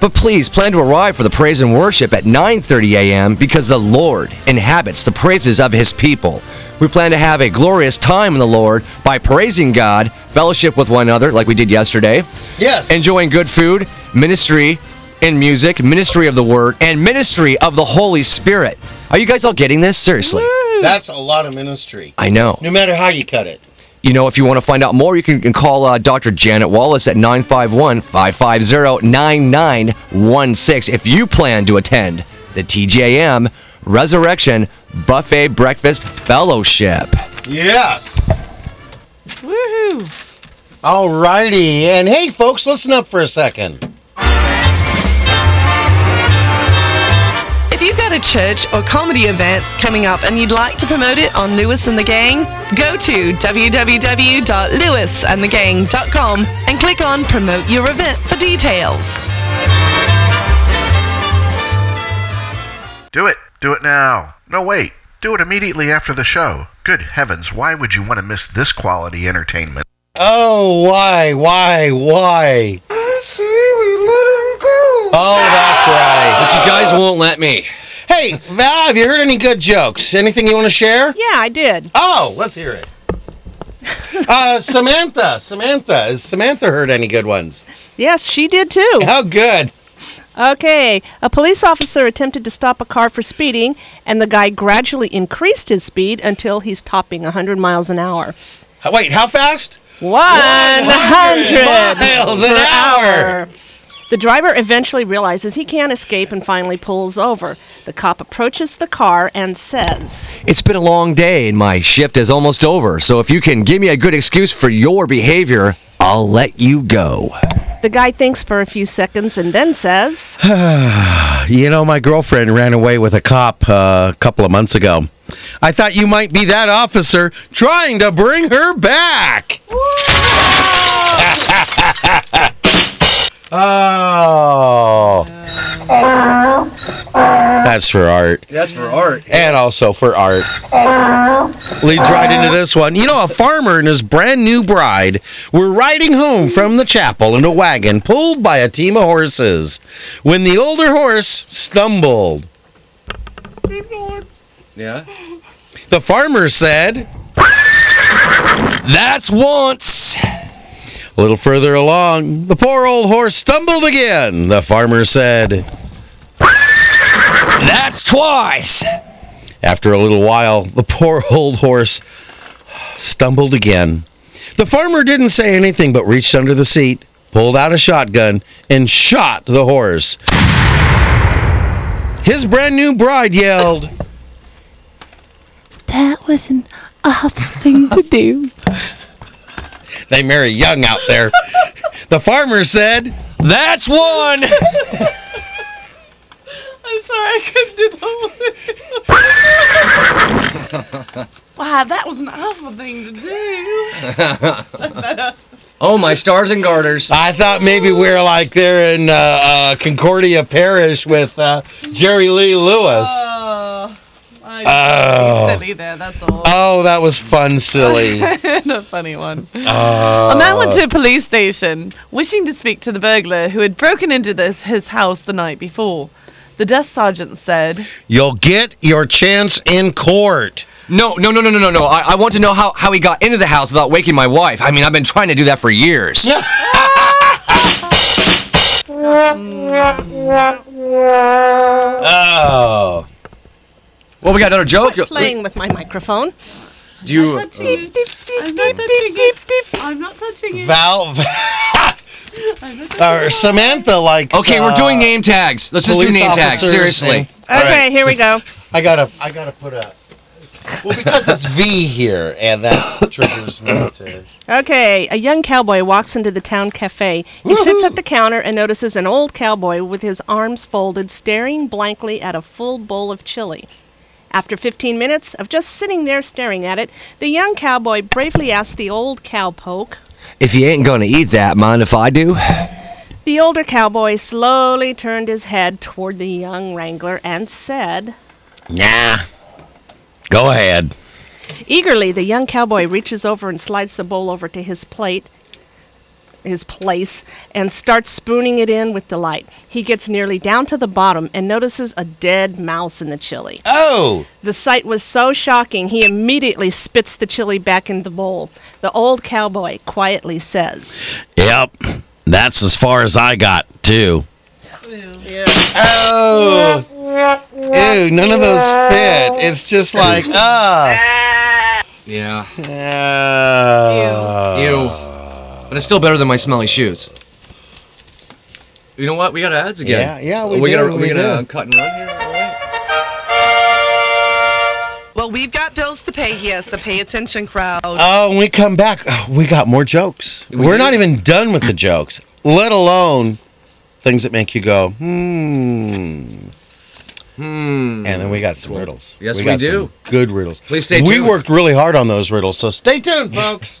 Speaker 5: But please plan to arrive for the praise and worship at 9:30 a.m. because the Lord inhabits the praises of his people. We plan to have a glorious time in the Lord by praising God, fellowship with one another like we did yesterday.
Speaker 3: Yes.
Speaker 5: Enjoying good food, ministry and music, ministry of the word and ministry of the Holy Spirit. Are you guys all getting this? Seriously.
Speaker 3: That's a lot of ministry.
Speaker 5: I know.
Speaker 3: No matter how you cut it.
Speaker 5: You know, if you want to find out more, you can, can call uh, Dr. Janet Wallace at 951 550 9916 if you plan to attend the TJM Resurrection Buffet Breakfast Fellowship.
Speaker 3: Yes. Woohoo. All righty. And hey, folks, listen up for a second.
Speaker 7: If you've got a church or comedy event coming up and you'd like to promote it on Lewis and the Gang, go to www.lewisandthegang.com and click on Promote Your Event for details.
Speaker 9: Do it. Do it now. No, wait. Do it immediately after the show. Good heavens, why would you want to miss this quality entertainment?
Speaker 3: Oh, why, why, why? Oh, that's right.
Speaker 5: But you guys won't let me.
Speaker 3: Hey, Val, have you heard any good jokes? Anything you want to share?
Speaker 6: Yeah, I did.
Speaker 3: Oh, let's hear it. Uh, Samantha, Samantha, has Samantha heard any good ones?
Speaker 6: Yes, she did too.
Speaker 3: How good.
Speaker 6: Okay, a police officer attempted to stop a car for speeding, and the guy gradually increased his speed until he's topping 100 miles an hour.
Speaker 3: Uh, Wait, how fast?
Speaker 6: 100
Speaker 3: miles an
Speaker 6: per
Speaker 3: hour.
Speaker 6: The driver eventually realizes he can't escape and finally pulls over. The cop approaches the car and says,
Speaker 5: It's been a long day and my shift is almost over, so if you can give me a good excuse for your behavior, I'll let you go.
Speaker 6: The guy thinks for a few seconds and
Speaker 3: [LAUGHS]
Speaker 6: then says,
Speaker 3: you know, my girlfriend ran away with a cop uh, a couple of months ago. I thought you might be that officer trying to bring her [LAUGHS] back. Oh. That's for art.
Speaker 4: That's for art.
Speaker 3: And also for art. Leads right into this one. You know, a farmer and his brand new bride were riding home from the chapel in a wagon pulled by a team of horses when the older horse stumbled.
Speaker 4: Yeah.
Speaker 3: The farmer said, That's once. A little further along, the poor old horse stumbled again. The farmer said, That's twice. After a little while, the poor old horse stumbled again. The farmer didn't say anything but reached under the seat, pulled out a shotgun, and shot the horse. His brand new bride yelled,
Speaker 16: That was an awful thing to do.
Speaker 3: They marry young out there. the farmer said, That's one.
Speaker 1: I'm sorry, I couldn't do that Wow, that was an awful thing to do.
Speaker 4: oh, my stars and
Speaker 5: Uh,
Speaker 4: garters.
Speaker 3: I thought maybe we were like there in uh, uh, Concordia Parish with uh, Jerry Lee Lewis.
Speaker 1: oh.
Speaker 3: Oh.
Speaker 1: Silly there, that's all. [LAUGHS]
Speaker 3: Oh, that was
Speaker 5: [LAUGHS]
Speaker 3: fun, silly.
Speaker 1: a funny one.
Speaker 3: Oh.
Speaker 1: On that one to a police station, wishing to speak to the burglar who had broken into this his house the night before. The desk sergeant said,
Speaker 3: You'll get your chance in court.
Speaker 5: No, no, no, no, no, no, no. I, I want to know how, how he got into the house without waking my wife. I mean, I've been trying to do that for years.
Speaker 3: Oh.
Speaker 5: Well, we got another joke.
Speaker 6: Playing with my microphone.
Speaker 5: Do you?
Speaker 6: Deep, deep,
Speaker 1: I'm not touching it. I'm not touching it.
Speaker 3: Val, [LAUGHS]
Speaker 1: I'm not touching
Speaker 3: or Samantha likes. uh,
Speaker 5: Okay, we're doing name tags. Let's just do
Speaker 3: police
Speaker 5: name tags.
Speaker 3: officers
Speaker 5: Seriously.
Speaker 3: and- All right.
Speaker 6: here we go.
Speaker 3: I gotta, I gotta put a. Well, because it's V here, and that triggers me to.
Speaker 6: Okay, a young cowboy walks into the town cafe. He sits at the counter and notices an old cowboy with his arms folded staring blankly at a full bowl of chili. After 15 minutes of just sitting there staring at it, the young cowboy bravely asks the old cowpoke,
Speaker 5: If you ain't gonna eat that, mind if I do?
Speaker 6: The older cowboy slowly turned his head toward the young wrangler and said,
Speaker 3: Nah. Go ahead.
Speaker 6: Eagerly, the young cowboy reaches over and slides the bowl over to his plate, his place, and starts spooning it in with delight. He gets nearly down to the bottom and notices a dead mouse in the chili.
Speaker 3: Oh.
Speaker 6: The sight was so shocking, he immediately spits the chili back in the bowl. The old cowboy quietly says,
Speaker 3: Yep. That's as far as I got too. Oh. Ew, none of those fit. It's just like, ah.
Speaker 5: Yeah.
Speaker 3: Uh,
Speaker 5: Ew. But it's still better than my smelly shoes.
Speaker 4: You know what? We got ads again.
Speaker 3: Yeah, yeah, we
Speaker 4: we
Speaker 3: do,
Speaker 4: Gotta,
Speaker 3: we
Speaker 4: gotta
Speaker 3: do.
Speaker 4: cut and run here.
Speaker 7: Well, we've got bills to pay here, so pay attention, crowd.
Speaker 3: Oh, when we come back, oh, we got more jokes. We are not even done with the jokes, let alone things that make you go, hmm.
Speaker 4: Hmm.
Speaker 3: And then we got some riddles.
Speaker 4: Yes, we
Speaker 3: got
Speaker 4: do.
Speaker 3: Some good riddles.
Speaker 4: Please stay
Speaker 3: We
Speaker 4: tuned.
Speaker 3: worked really hard on those riddles, so stay
Speaker 4: [LAUGHS]
Speaker 3: tuned, folks.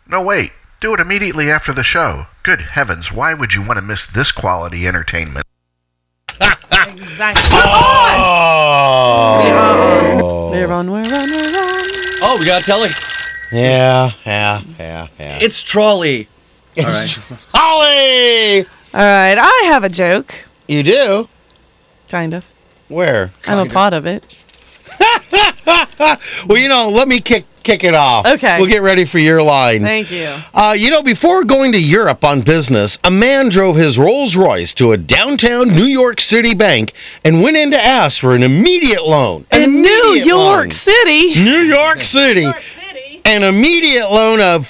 Speaker 9: No, wait. Do it immediately after the show. Good heavens, why would you want to miss this quality entertainment?
Speaker 1: Exactly. Oh. We are on. We're on. We're on. We're on.
Speaker 4: Oh, we got telly.
Speaker 3: Yeah, yeah, yeah, yeah.
Speaker 4: It's trolley.
Speaker 3: It's
Speaker 4: All right.
Speaker 3: Holly!
Speaker 1: All right, I have a joke.
Speaker 3: You do?
Speaker 1: Kind of.
Speaker 3: Where?
Speaker 1: I'm a part of it.
Speaker 3: well, you know, let me kick kick it off.
Speaker 1: Okay.
Speaker 3: We'll get ready for your line.
Speaker 1: Thank you.
Speaker 3: Uh, you know, before going to Europe on business, a man drove his Rolls Royce to a downtown New York City bank and went in to ask for an immediate loan. An
Speaker 1: In New
Speaker 3: immediate
Speaker 1: York
Speaker 3: loan.
Speaker 1: City.
Speaker 3: New York City. An immediate loan of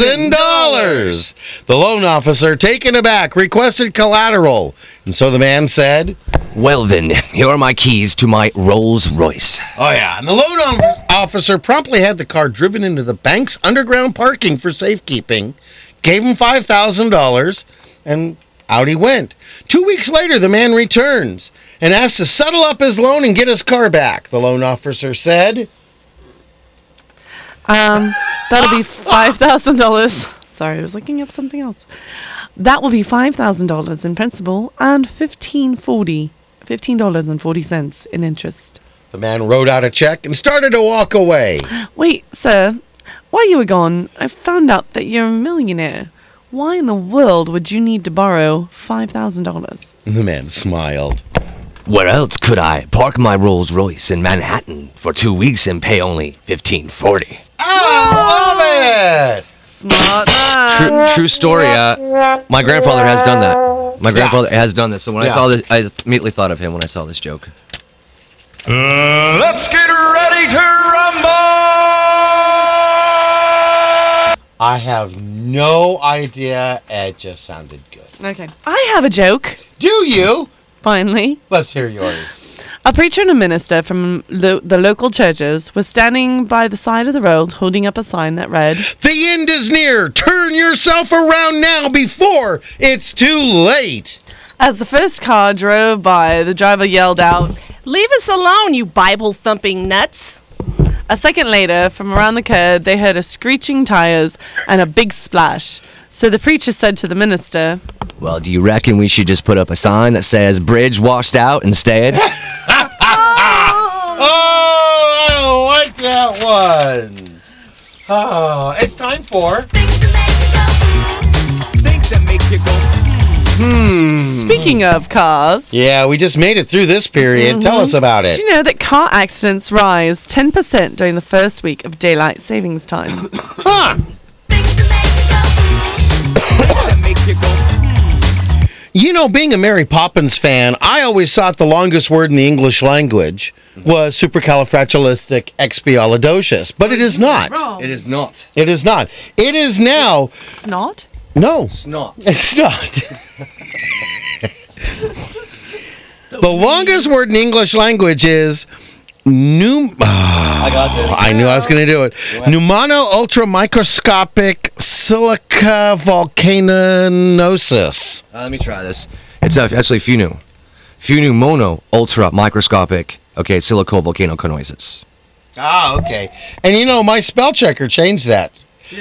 Speaker 3: $5,000. The loan officer, taken aback, requested collateral. And so the man said,
Speaker 5: Well, then, here are my keys to my Rolls Royce.
Speaker 3: Oh, yeah. And the loan o- officer promptly had the car driven into the bank's underground parking for safekeeping, gave him $5,000, and out he went. Two weeks later, the man returns and asks to settle up his loan and get his car back. The loan officer said,
Speaker 1: Um, that'll be five thousand dollars. Sorry, I was looking up something else. That will be five thousand dollars in principal and fifteen forty. Fifteen dollars and forty cents in interest.
Speaker 3: The man wrote out a check and started to walk away.
Speaker 1: Wait, sir, while you were gone, I found out that you're a millionaire. Why in the world would you need to borrow five thousand dollars?
Speaker 3: And the man smiled.
Speaker 5: Where else could I park my Rolls Royce in Manhattan for two weeks and pay only fifteen forty?
Speaker 3: I love it!
Speaker 1: Smart
Speaker 5: True, true story. Uh, my grandfather has done that. My grandfather has done this. So when I
Speaker 3: Yeah.
Speaker 5: saw this, I immediately thought of him when I saw this joke.
Speaker 8: Let's get ready to rumble!
Speaker 3: I have no idea. It just sounded good.
Speaker 1: Okay, I have a joke.
Speaker 3: Do you?
Speaker 1: Finally.
Speaker 3: Let's hear yours.
Speaker 1: A preacher and a minister from lo- the local churches were standing by the side of the road holding up a sign that read,
Speaker 3: The end is near. Turn yourself around now before it's too late.
Speaker 1: As the first car drove by, the driver yelled out.
Speaker 6: Leave us alone, you Bible thumping nuts.
Speaker 1: A second later, from around the curb, they heard a screeching tires and a big splash. So the preacher said to the minister,
Speaker 5: Well, do you reckon we should just put up a sign that says "Bridge washed out" instead?
Speaker 3: Oh, I like that one. Oh, it's time for.
Speaker 1: Speaking of cars,
Speaker 3: Yeah, we just made it through this period. Tell us about
Speaker 1: did
Speaker 3: it.
Speaker 1: you know that car accidents rise 10% during the first week of daylight savings [COUGHS] time?
Speaker 3: Huh. You know, being a Mary Poppins fan, I always thought the longest word in the English language was supercalifragilisticexpialidocious, but it is not.
Speaker 1: Wrong.
Speaker 4: It is not.
Speaker 3: It is not. It is now.
Speaker 1: Oh, It's not?
Speaker 3: No,
Speaker 4: It's not.
Speaker 3: it's not. [LAUGHS] the longest word in English language is New.
Speaker 4: I got this.
Speaker 3: I knew I was going to do it. Pneumono ultra microscopic silica volcanosis.
Speaker 5: Uh, let me try this. It's uh, actually Funu. Funu mono ultra microscopic. Okay, silicovolcanoconoises.
Speaker 3: Ah, okay. And you know, my spell checker changed that.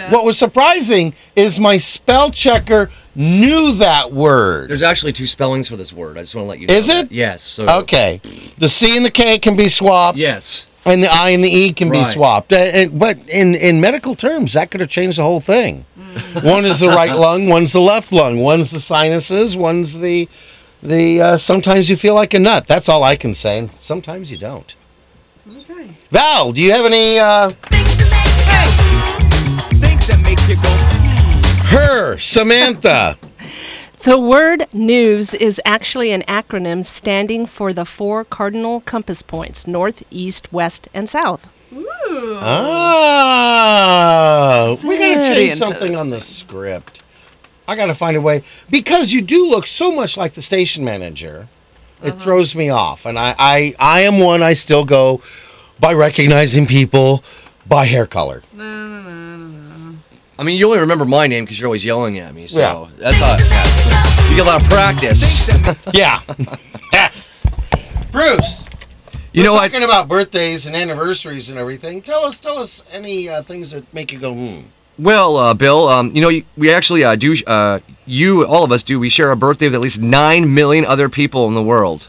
Speaker 3: What was surprising is my spell checker knew that word.
Speaker 4: There's actually two spellings for this word. I just want to let you know.
Speaker 3: Is it?
Speaker 4: that. Yes. So
Speaker 3: Okay. The C and the K can be swapped.
Speaker 4: Yes.
Speaker 3: And the I and the E can be
Speaker 4: Right.
Speaker 3: swapped. Uh, and- but in, in medical terms, that could have changed the whole thing. one is the right lung, one's the left lung, one's the sinuses, one's the the. Uh, sometimes you feel like a nut. That's all I can say. And sometimes you don't. Okay. Val, do you have any? Uh, her, Samantha.
Speaker 6: The word news is actually an acronym standing for the four cardinal compass points north, east, west, and south.
Speaker 3: Ah, we gotta
Speaker 6: Very
Speaker 3: change something on the script. I gotta find a way because you do look so much like the station manager. It throws me off, and I, I, I am one. I still go by recognizing people by hair color.
Speaker 5: I mean, you only remember my name because you're always yelling at me. So
Speaker 3: Yeah.
Speaker 5: that's how it happens. You get a lot of practice.
Speaker 3: yeah. [LAUGHS] Bruce,
Speaker 5: You know what?
Speaker 3: talking about birthdays and anniversaries and everything. Tell us, tell us any uh, things that make you go hmm.
Speaker 5: Well, uh, Bill, um, you know, you- we actually uh, do, uh, you, all of us do, we share a birthday with at least 9 million other people in the world.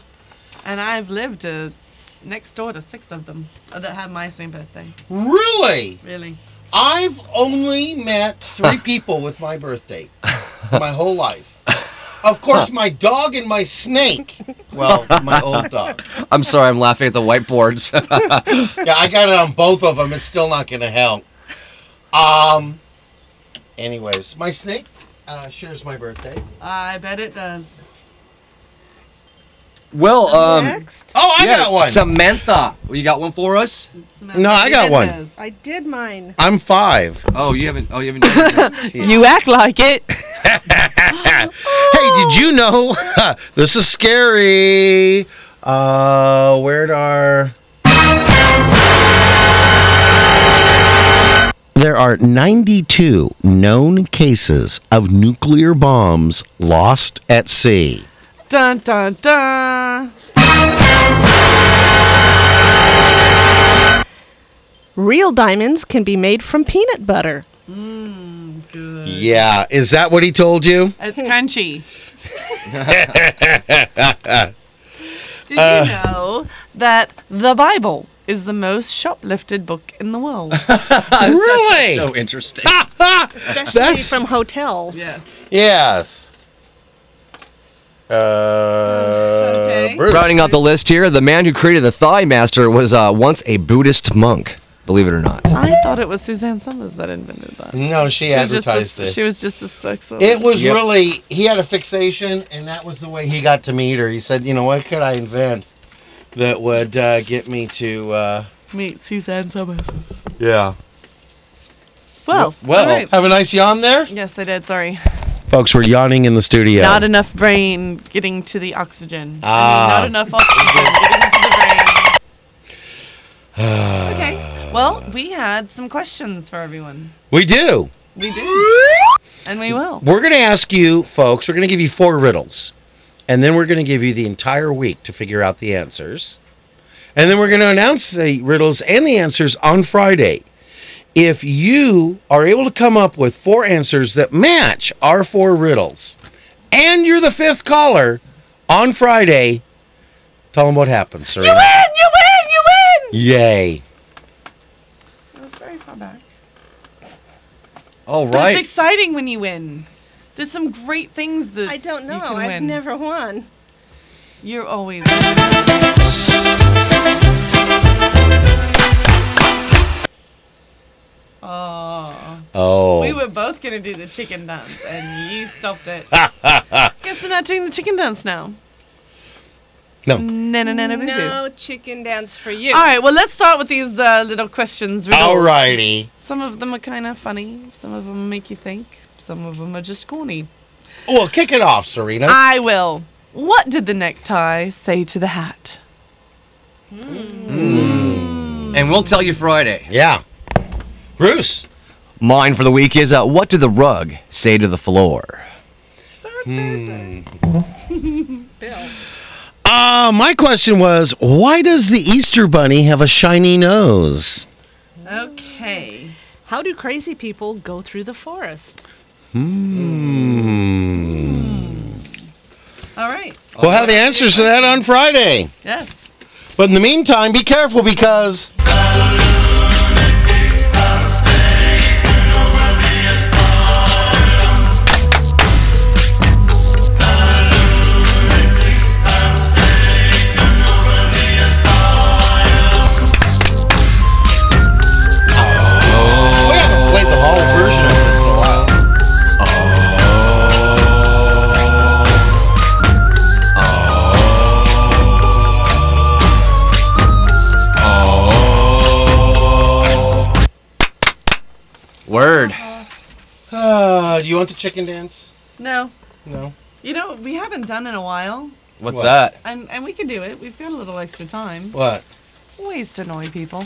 Speaker 1: And I've lived uh, s- next door to six of them uh, that have my same birthday.
Speaker 3: Really?
Speaker 1: Really?
Speaker 3: I've only met [LAUGHS] three people with my birthday my whole life. Of course, my dog and my snake. Well, my old dog.
Speaker 5: I'm sorry, I'm laughing at the whiteboards. [LAUGHS]
Speaker 3: Yeah, I got it on both of them. It's still not going to help. Um. Anyways, my snake uh, shares my birthday.
Speaker 1: I bet it does.
Speaker 5: well, um,
Speaker 3: Oh, I
Speaker 5: yeah,
Speaker 3: got one.
Speaker 5: Samantha, Well, you got one for us?
Speaker 3: No, I got one.
Speaker 6: I did mine.
Speaker 3: I'm five.
Speaker 5: Oh, you haven't. Oh, you haven't. Done it yet.
Speaker 6: You act like it.
Speaker 3: Hey, did you know? [LAUGHS] this is scary. Uh, where'd our. There are 92 known cases of nuclear bombs lost at sea.
Speaker 1: Dun dun dun.
Speaker 6: Real diamonds can be made from peanut butter.
Speaker 3: Yeah, is that what he told you? [LAUGHS]
Speaker 1: It's crunchy. Did
Speaker 3: Uh,
Speaker 1: you know that the Bible is the most shoplifted book in the world?
Speaker 3: really?
Speaker 5: so interesting.
Speaker 6: Especially
Speaker 3: That's-
Speaker 6: from hotels.
Speaker 3: Yes. Uh, Bruce.
Speaker 5: Rounding out the list here, the man who created the Thigh Master was uh, once a Buddhist monk, believe it or not.
Speaker 1: I thought it was Suzanne Summers that invented that.
Speaker 3: No, she
Speaker 1: was just a-
Speaker 3: advertised it.
Speaker 1: She was just a spokeswoman.
Speaker 3: It was
Speaker 5: Yep.
Speaker 3: really he had a fixation, and that was the way he got to meet her. He said, "You know, what could I invent that would uh, get me to?" Uh,
Speaker 1: Meet Suzanne Summers.
Speaker 3: yeah.
Speaker 1: Well,
Speaker 3: Well.
Speaker 1: all right.
Speaker 3: Have a nice yawn there.
Speaker 1: Yes, I did. Sorry.
Speaker 3: Folks, we're yawning in the studio.
Speaker 1: Not enough brain getting to the oxygen. I mean,
Speaker 3: Ah.
Speaker 1: not enough oxygen getting to the brain. Okay. Well, we had some questions for everyone.
Speaker 3: we do.
Speaker 1: We did. And we will.
Speaker 3: We're going to ask you, folks. We're going to give you four riddles, and then we're going to give you the entire week to figure out the answers, and then we're going to announce the riddles and the answers on Friday. If you are able to come up with four answers that match our four riddles, and you're the fifth caller on Friday, tell them what happened, sir. You win!
Speaker 1: You win! You win!
Speaker 3: Yay!
Speaker 1: It was very far back.
Speaker 5: All
Speaker 1: But it's
Speaker 5: right.
Speaker 1: exciting when you win. There's some great things that
Speaker 6: I don't know.
Speaker 1: You can
Speaker 6: I've
Speaker 1: win.
Speaker 6: never won.
Speaker 1: You're always. Oh.
Speaker 3: Oh.
Speaker 1: We were both gonna do the chicken dance, and you
Speaker 3: [LAUGHS]
Speaker 1: stopped it.
Speaker 3: no.
Speaker 1: Guess we're not doing the chicken dance now. No, no, no, no, boo, boo.
Speaker 6: No chicken dance for you.
Speaker 1: All right. Well, let's start with these uh, little questions. riddles.
Speaker 3: All righty.
Speaker 1: Some of them are kind of funny. Some of them make you think. Some of them are just corny.
Speaker 3: Well, kick it off, Serena.
Speaker 1: I will. What did the necktie say to the hat?
Speaker 3: Hmm.
Speaker 5: And we'll tell you Friday.
Speaker 3: Yeah. Bruce.
Speaker 5: Mine for the week is uh, what did the rug say to the floor?
Speaker 3: Uh, my question was why does the Easter Bunny have a shiny nose?
Speaker 6: Okay. How do crazy people go through the forest?
Speaker 3: Hmm.
Speaker 6: All right.
Speaker 3: We'll have the answers to that on Friday.
Speaker 1: Yes.
Speaker 3: But in the meantime, be careful because.
Speaker 5: Word.
Speaker 3: Uh, do you want the chicken dance?
Speaker 1: No.
Speaker 3: No.
Speaker 1: You know, we haven't done in a while.
Speaker 5: What's What? that?
Speaker 1: And and we can do it. We've got a little extra time.
Speaker 3: What?
Speaker 1: Ways to annoy people.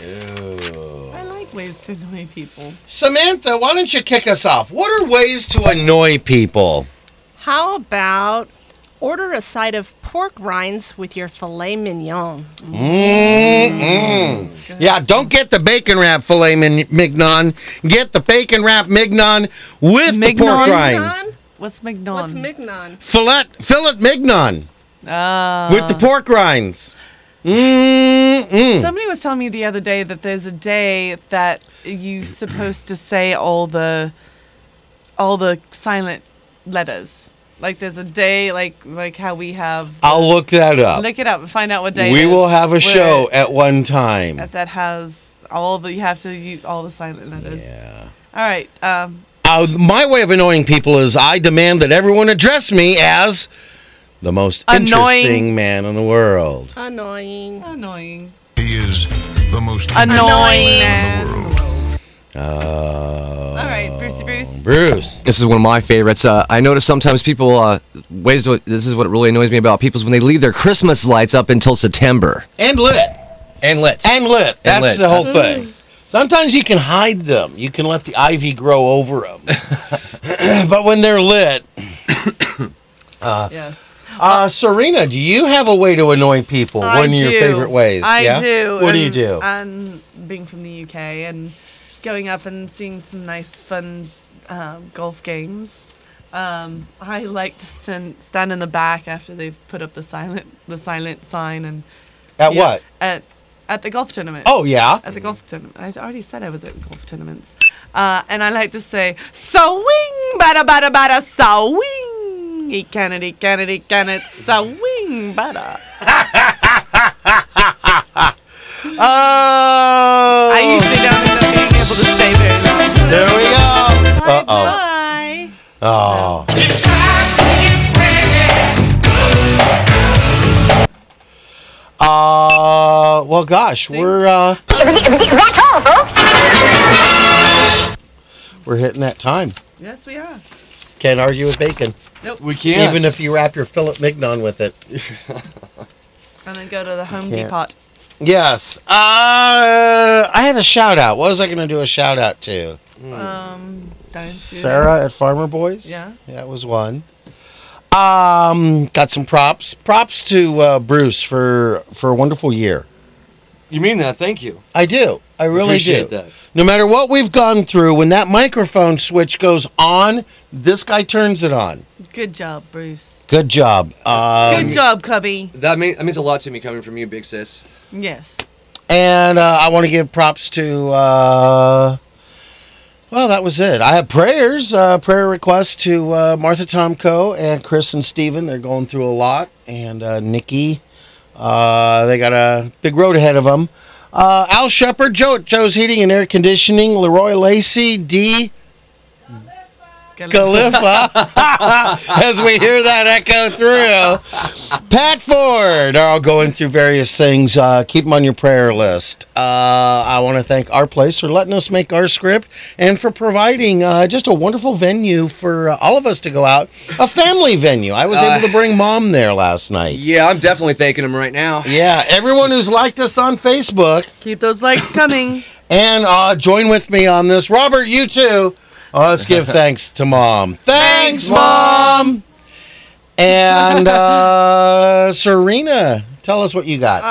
Speaker 3: Ew.
Speaker 1: I like ways to annoy people.
Speaker 3: Samantha, why don't you kick us off? What are ways to annoy people?
Speaker 6: How about order a side of pork rinds with your filet mignon?
Speaker 3: Mm-mm. Mm-hmm. Yeah, don't get the bacon wrap filet min- mignon. Get the bacon wrap mignon with the pork rinds.
Speaker 1: What's mignon?
Speaker 6: What's mignon?
Speaker 3: Fillet, fillet mignon
Speaker 1: Ah.
Speaker 3: with the pork rinds. Mm-hmm. Mm-mm.
Speaker 1: Somebody was telling me the other day that there's a day that
Speaker 3: [CLEARS THROAT]
Speaker 1: you're supposed to say all the all the silent letters. Like there's a day like like how we have
Speaker 3: I'll look that up.
Speaker 1: look it up and find out what day it
Speaker 3: Uh, We
Speaker 1: is,
Speaker 3: will have a
Speaker 1: where-
Speaker 3: show at one time.
Speaker 1: that, that has all the you have to use all the silent letters. Yeah. All right. Um,
Speaker 3: Uh, my way of annoying people is I demand that everyone address me as the most
Speaker 1: Annoying.
Speaker 3: interesting man in the world.
Speaker 6: Annoying.
Speaker 1: Annoying.
Speaker 17: He is the most
Speaker 1: Annoying. man.
Speaker 5: Uh,
Speaker 1: All right, Brucey Bruce.
Speaker 3: Bruce.
Speaker 5: This is one of my favorites. Uh, I notice sometimes people uh, ways. To, this is what really annoys me about people is when they leave their Christmas lights up until September.
Speaker 3: And lit.
Speaker 5: And lit.
Speaker 3: And lit. That's
Speaker 5: lit.
Speaker 3: the whole
Speaker 5: That's-
Speaker 3: thing. Sometimes you can hide them. You can let the ivy grow over them. [CLEARS THROAT] but when they're lit, uh,
Speaker 1: yes.
Speaker 3: uh, Serena, do you have a way to annoy people?
Speaker 1: I
Speaker 3: One of your
Speaker 1: do.
Speaker 3: favorite ways.
Speaker 1: I
Speaker 3: yeah?
Speaker 1: do.
Speaker 3: What do you
Speaker 1: and-
Speaker 3: do?
Speaker 1: And being from the UK and going up and seeing some nice, fun uh, golf games, um, I like to stand, stand in the back after they've put up the silent the silent sign and.
Speaker 3: At what?
Speaker 1: At at the golf tournament.
Speaker 3: Oh, yeah.
Speaker 1: At the golf tournament. I already said I was at golf tournaments. Uh, and I like to say, so wing, bada, bada, bada, so wing. Eat can it, eat can it, eat can it, so wing, bada.
Speaker 3: Oh! I
Speaker 1: usually don't end up being able to stay very long.
Speaker 3: Oh, There we go. Uh oh. Oh. Uh, well, gosh, we're uh,
Speaker 8: That's all, folks.
Speaker 3: we're hitting that time.
Speaker 1: Yes, we are.
Speaker 3: Can't argue with bacon.
Speaker 1: Nope.
Speaker 5: We can't.
Speaker 3: Even if you wrap your Philip Mignon with it.
Speaker 1: And then go to the Home
Speaker 3: Yeah.
Speaker 1: Depot.
Speaker 3: yes. Uh, I had a shout out. What was I going to do a shout out to?
Speaker 1: Um, don't do
Speaker 3: Sarah
Speaker 1: that.
Speaker 3: at Farmer Boys.
Speaker 1: Yeah.
Speaker 3: That was one. Um, got some props. Props to uh, Bruce for for a wonderful year.
Speaker 5: You mean that? Thank you.
Speaker 3: I do. I really
Speaker 5: Appreciate
Speaker 3: do.
Speaker 5: that.
Speaker 3: No matter what we've gone through, when that microphone switch goes on, this guy turns it on.
Speaker 1: Good job, Bruce.
Speaker 3: Good job. Um,
Speaker 1: Good job, Cubby.
Speaker 5: That, mean, that means a lot to me coming from you, big sis.
Speaker 1: Yes.
Speaker 3: And uh, I want to give props to. Uh, well, that was it. I have prayers, uh, prayer requests to uh, Martha Tomko and Chris and Steven. They're going through a lot. And uh, Nikki, uh, they got a big road ahead of them. Uh, Al Shepard, Joe at Joe's Heating and Air Conditioning, Leroy Lacey, D. Khalifa. As we hear that echo through, Pat Ford are going through various things. Uh, keep them on your prayer list. Uh, I want to thank our place for letting us make our script and for providing uh, just a wonderful venue for uh, all of us to go out. A family venue. I was able to bring mom there last night.
Speaker 5: Yeah, I'm definitely thanking him right now.
Speaker 3: Yeah, everyone who's liked us on Facebook,
Speaker 1: keep those likes coming.
Speaker 3: and uh, join with me on this. Robert, you too. Uh, let's give [LAUGHS] thanks to mom. Thanks, mom. And uh, Serena, tell us what you got.
Speaker 1: Uh,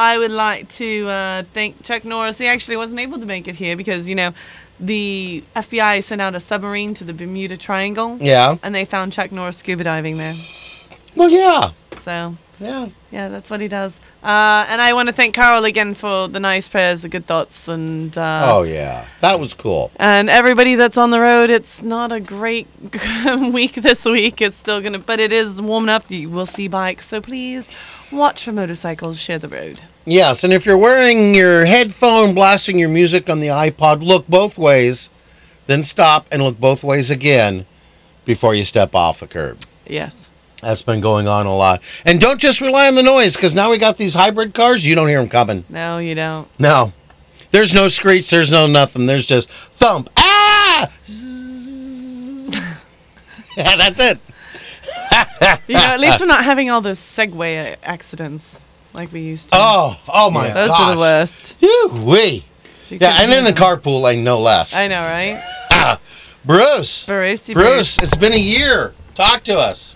Speaker 1: I would like to uh, thank Chuck Norris. He actually wasn't able to make it here because, you know, the FBI sent out a submarine to the Bermuda Triangle.
Speaker 3: Yeah.
Speaker 1: And they found Chuck Norris scuba diving there.
Speaker 3: Well, yeah.
Speaker 1: So.
Speaker 3: Yeah.
Speaker 1: Yeah, that's what he does. Uh, and I want to thank Carol again for the nice prayers, the good thoughts, and. Uh,
Speaker 3: oh yeah, that was cool.
Speaker 1: And everybody that's on the road, it's not a great [LAUGHS] week this week. It's still gonna, but it is warming up. You will see bikes, so please watch for motorcycles. Share the road.
Speaker 3: Yes, and if you're wearing your headphone, blasting your music on the iPod, look both ways, then stop and look both ways again before you step off the curb.
Speaker 1: Yes.
Speaker 3: That's been going on a lot. And don't just rely on the noise, because now we got these hybrid cars. You don't hear them coming.
Speaker 1: No, you don't.
Speaker 3: No. There's no screech. There's no nothing. There's just thump. Ah! [LAUGHS] yeah, that's it.
Speaker 1: You know,
Speaker 3: [LAUGHS]
Speaker 1: at least we're not having all those Segway accidents like we used to.
Speaker 3: Oh, oh my
Speaker 1: Those
Speaker 3: gosh.
Speaker 1: were the worst.
Speaker 3: Wee.
Speaker 1: She
Speaker 3: Yeah,
Speaker 1: couldn't
Speaker 3: and in the
Speaker 1: even-
Speaker 3: carpool lane, no less.
Speaker 1: I know, right?
Speaker 3: Ah, Bruce.
Speaker 1: Bruce,
Speaker 3: Bruce, it's been a year. Talk to us.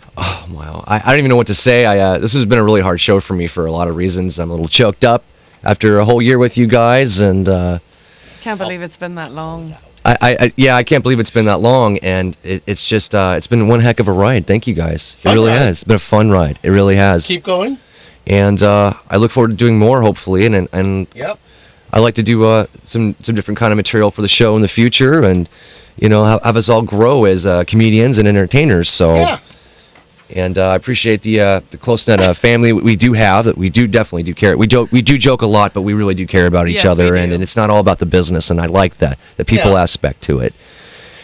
Speaker 5: Wow, I, I don't even know what to say. I uh, this has been a really hard show for me for a lot of reasons. I'm a little choked up after a whole year with you guys, and uh,
Speaker 1: Can't believe it's been that long.
Speaker 5: I, I, I yeah, I can't believe it's been that long. And it, it's just uh, it's been one heck of a ride. Thank you guys. It really
Speaker 3: ride.
Speaker 5: has. It's been a fun ride. It really has.
Speaker 3: Keep going.
Speaker 5: and uh, I look forward to doing more hopefully. And and, and
Speaker 3: Yep.
Speaker 5: I like to do uh, some some different kind of material for the show in the future, and you know have, have us all grow as uh, comedians and entertainers. So.
Speaker 3: Yeah.
Speaker 5: And uh, I appreciate the uh, the close knit uh, family we do have. That we do definitely do care. We joke we do joke a lot, but we really do care about each
Speaker 2: Yes,
Speaker 5: other, and, and it's not all about the business. And I like that the people
Speaker 3: Yeah.
Speaker 5: aspect to it.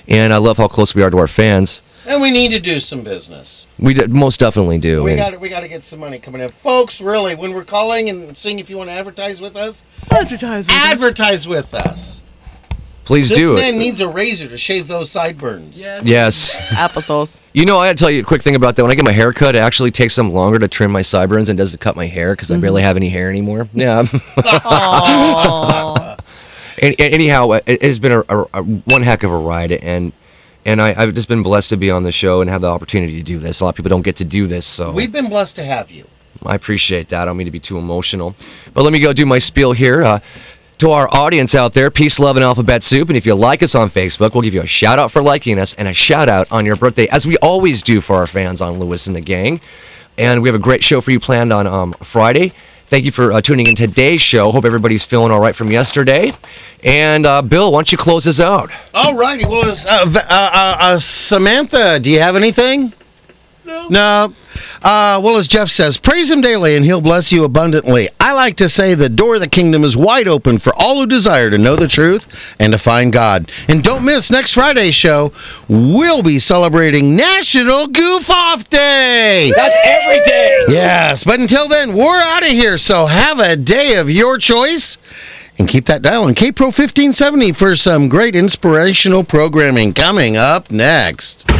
Speaker 5: And I love how close we are to our fans.
Speaker 3: And we need to do some business.
Speaker 5: We d- most definitely do.
Speaker 3: We
Speaker 5: and-
Speaker 3: got we got to get some money coming in, folks. Really, when we're calling and seeing if you want to advertise with us,
Speaker 1: advertise
Speaker 3: with advertise us. with us.
Speaker 5: please
Speaker 3: this
Speaker 5: do
Speaker 3: man
Speaker 5: it.
Speaker 3: needs a razor to shave those sideburns.
Speaker 5: Yes.
Speaker 1: Applesauce.
Speaker 5: You know, I gotta tell you a quick thing about that. When I get my hair cut, it actually takes them longer to trim my sideburns than it does to cut my hair because I barely have any hair anymore. Yeah. [LAUGHS]
Speaker 3: [LAUGHS]
Speaker 5: and, and anyhow, it, it has been a, a- a- one heck of a ride, and and I, I've just been blessed to be on the show and have the opportunity to do this. A lot of people don't get to do this, so
Speaker 3: We've been blessed to have you.
Speaker 5: I appreciate that. I don't mean to be too emotional, but let me go do my spiel here. Uh, to our audience out there, peace, love, and alphabet soup. And if you like us on Facebook, we'll give you a shout out for liking us and a shout out on your birthday, as we always do for our fans on Lewis and the Gang. And we have a great show for you planned on um, Friday. Thank you for uh, tuning in today's show. Hope everybody's feeling all right from yesterday. And uh, Bill, why don't you close us out?
Speaker 3: All righty. Well, it's, uh, v- uh, uh, uh, Samantha, do you have anything? No. No. Uh, well, as Jeff says, praise him daily and he'll bless you abundantly. I like to say the door of the kingdom is wide open for all who desire to know the truth and to find God. And don't miss next Friday's show. We'll be celebrating National Goof Off Day.
Speaker 5: That's every day.
Speaker 3: Yes. But until then, we're out of here. So have a day of your choice and keep that dial on KPRO 1570 for some great inspirational programming coming up next.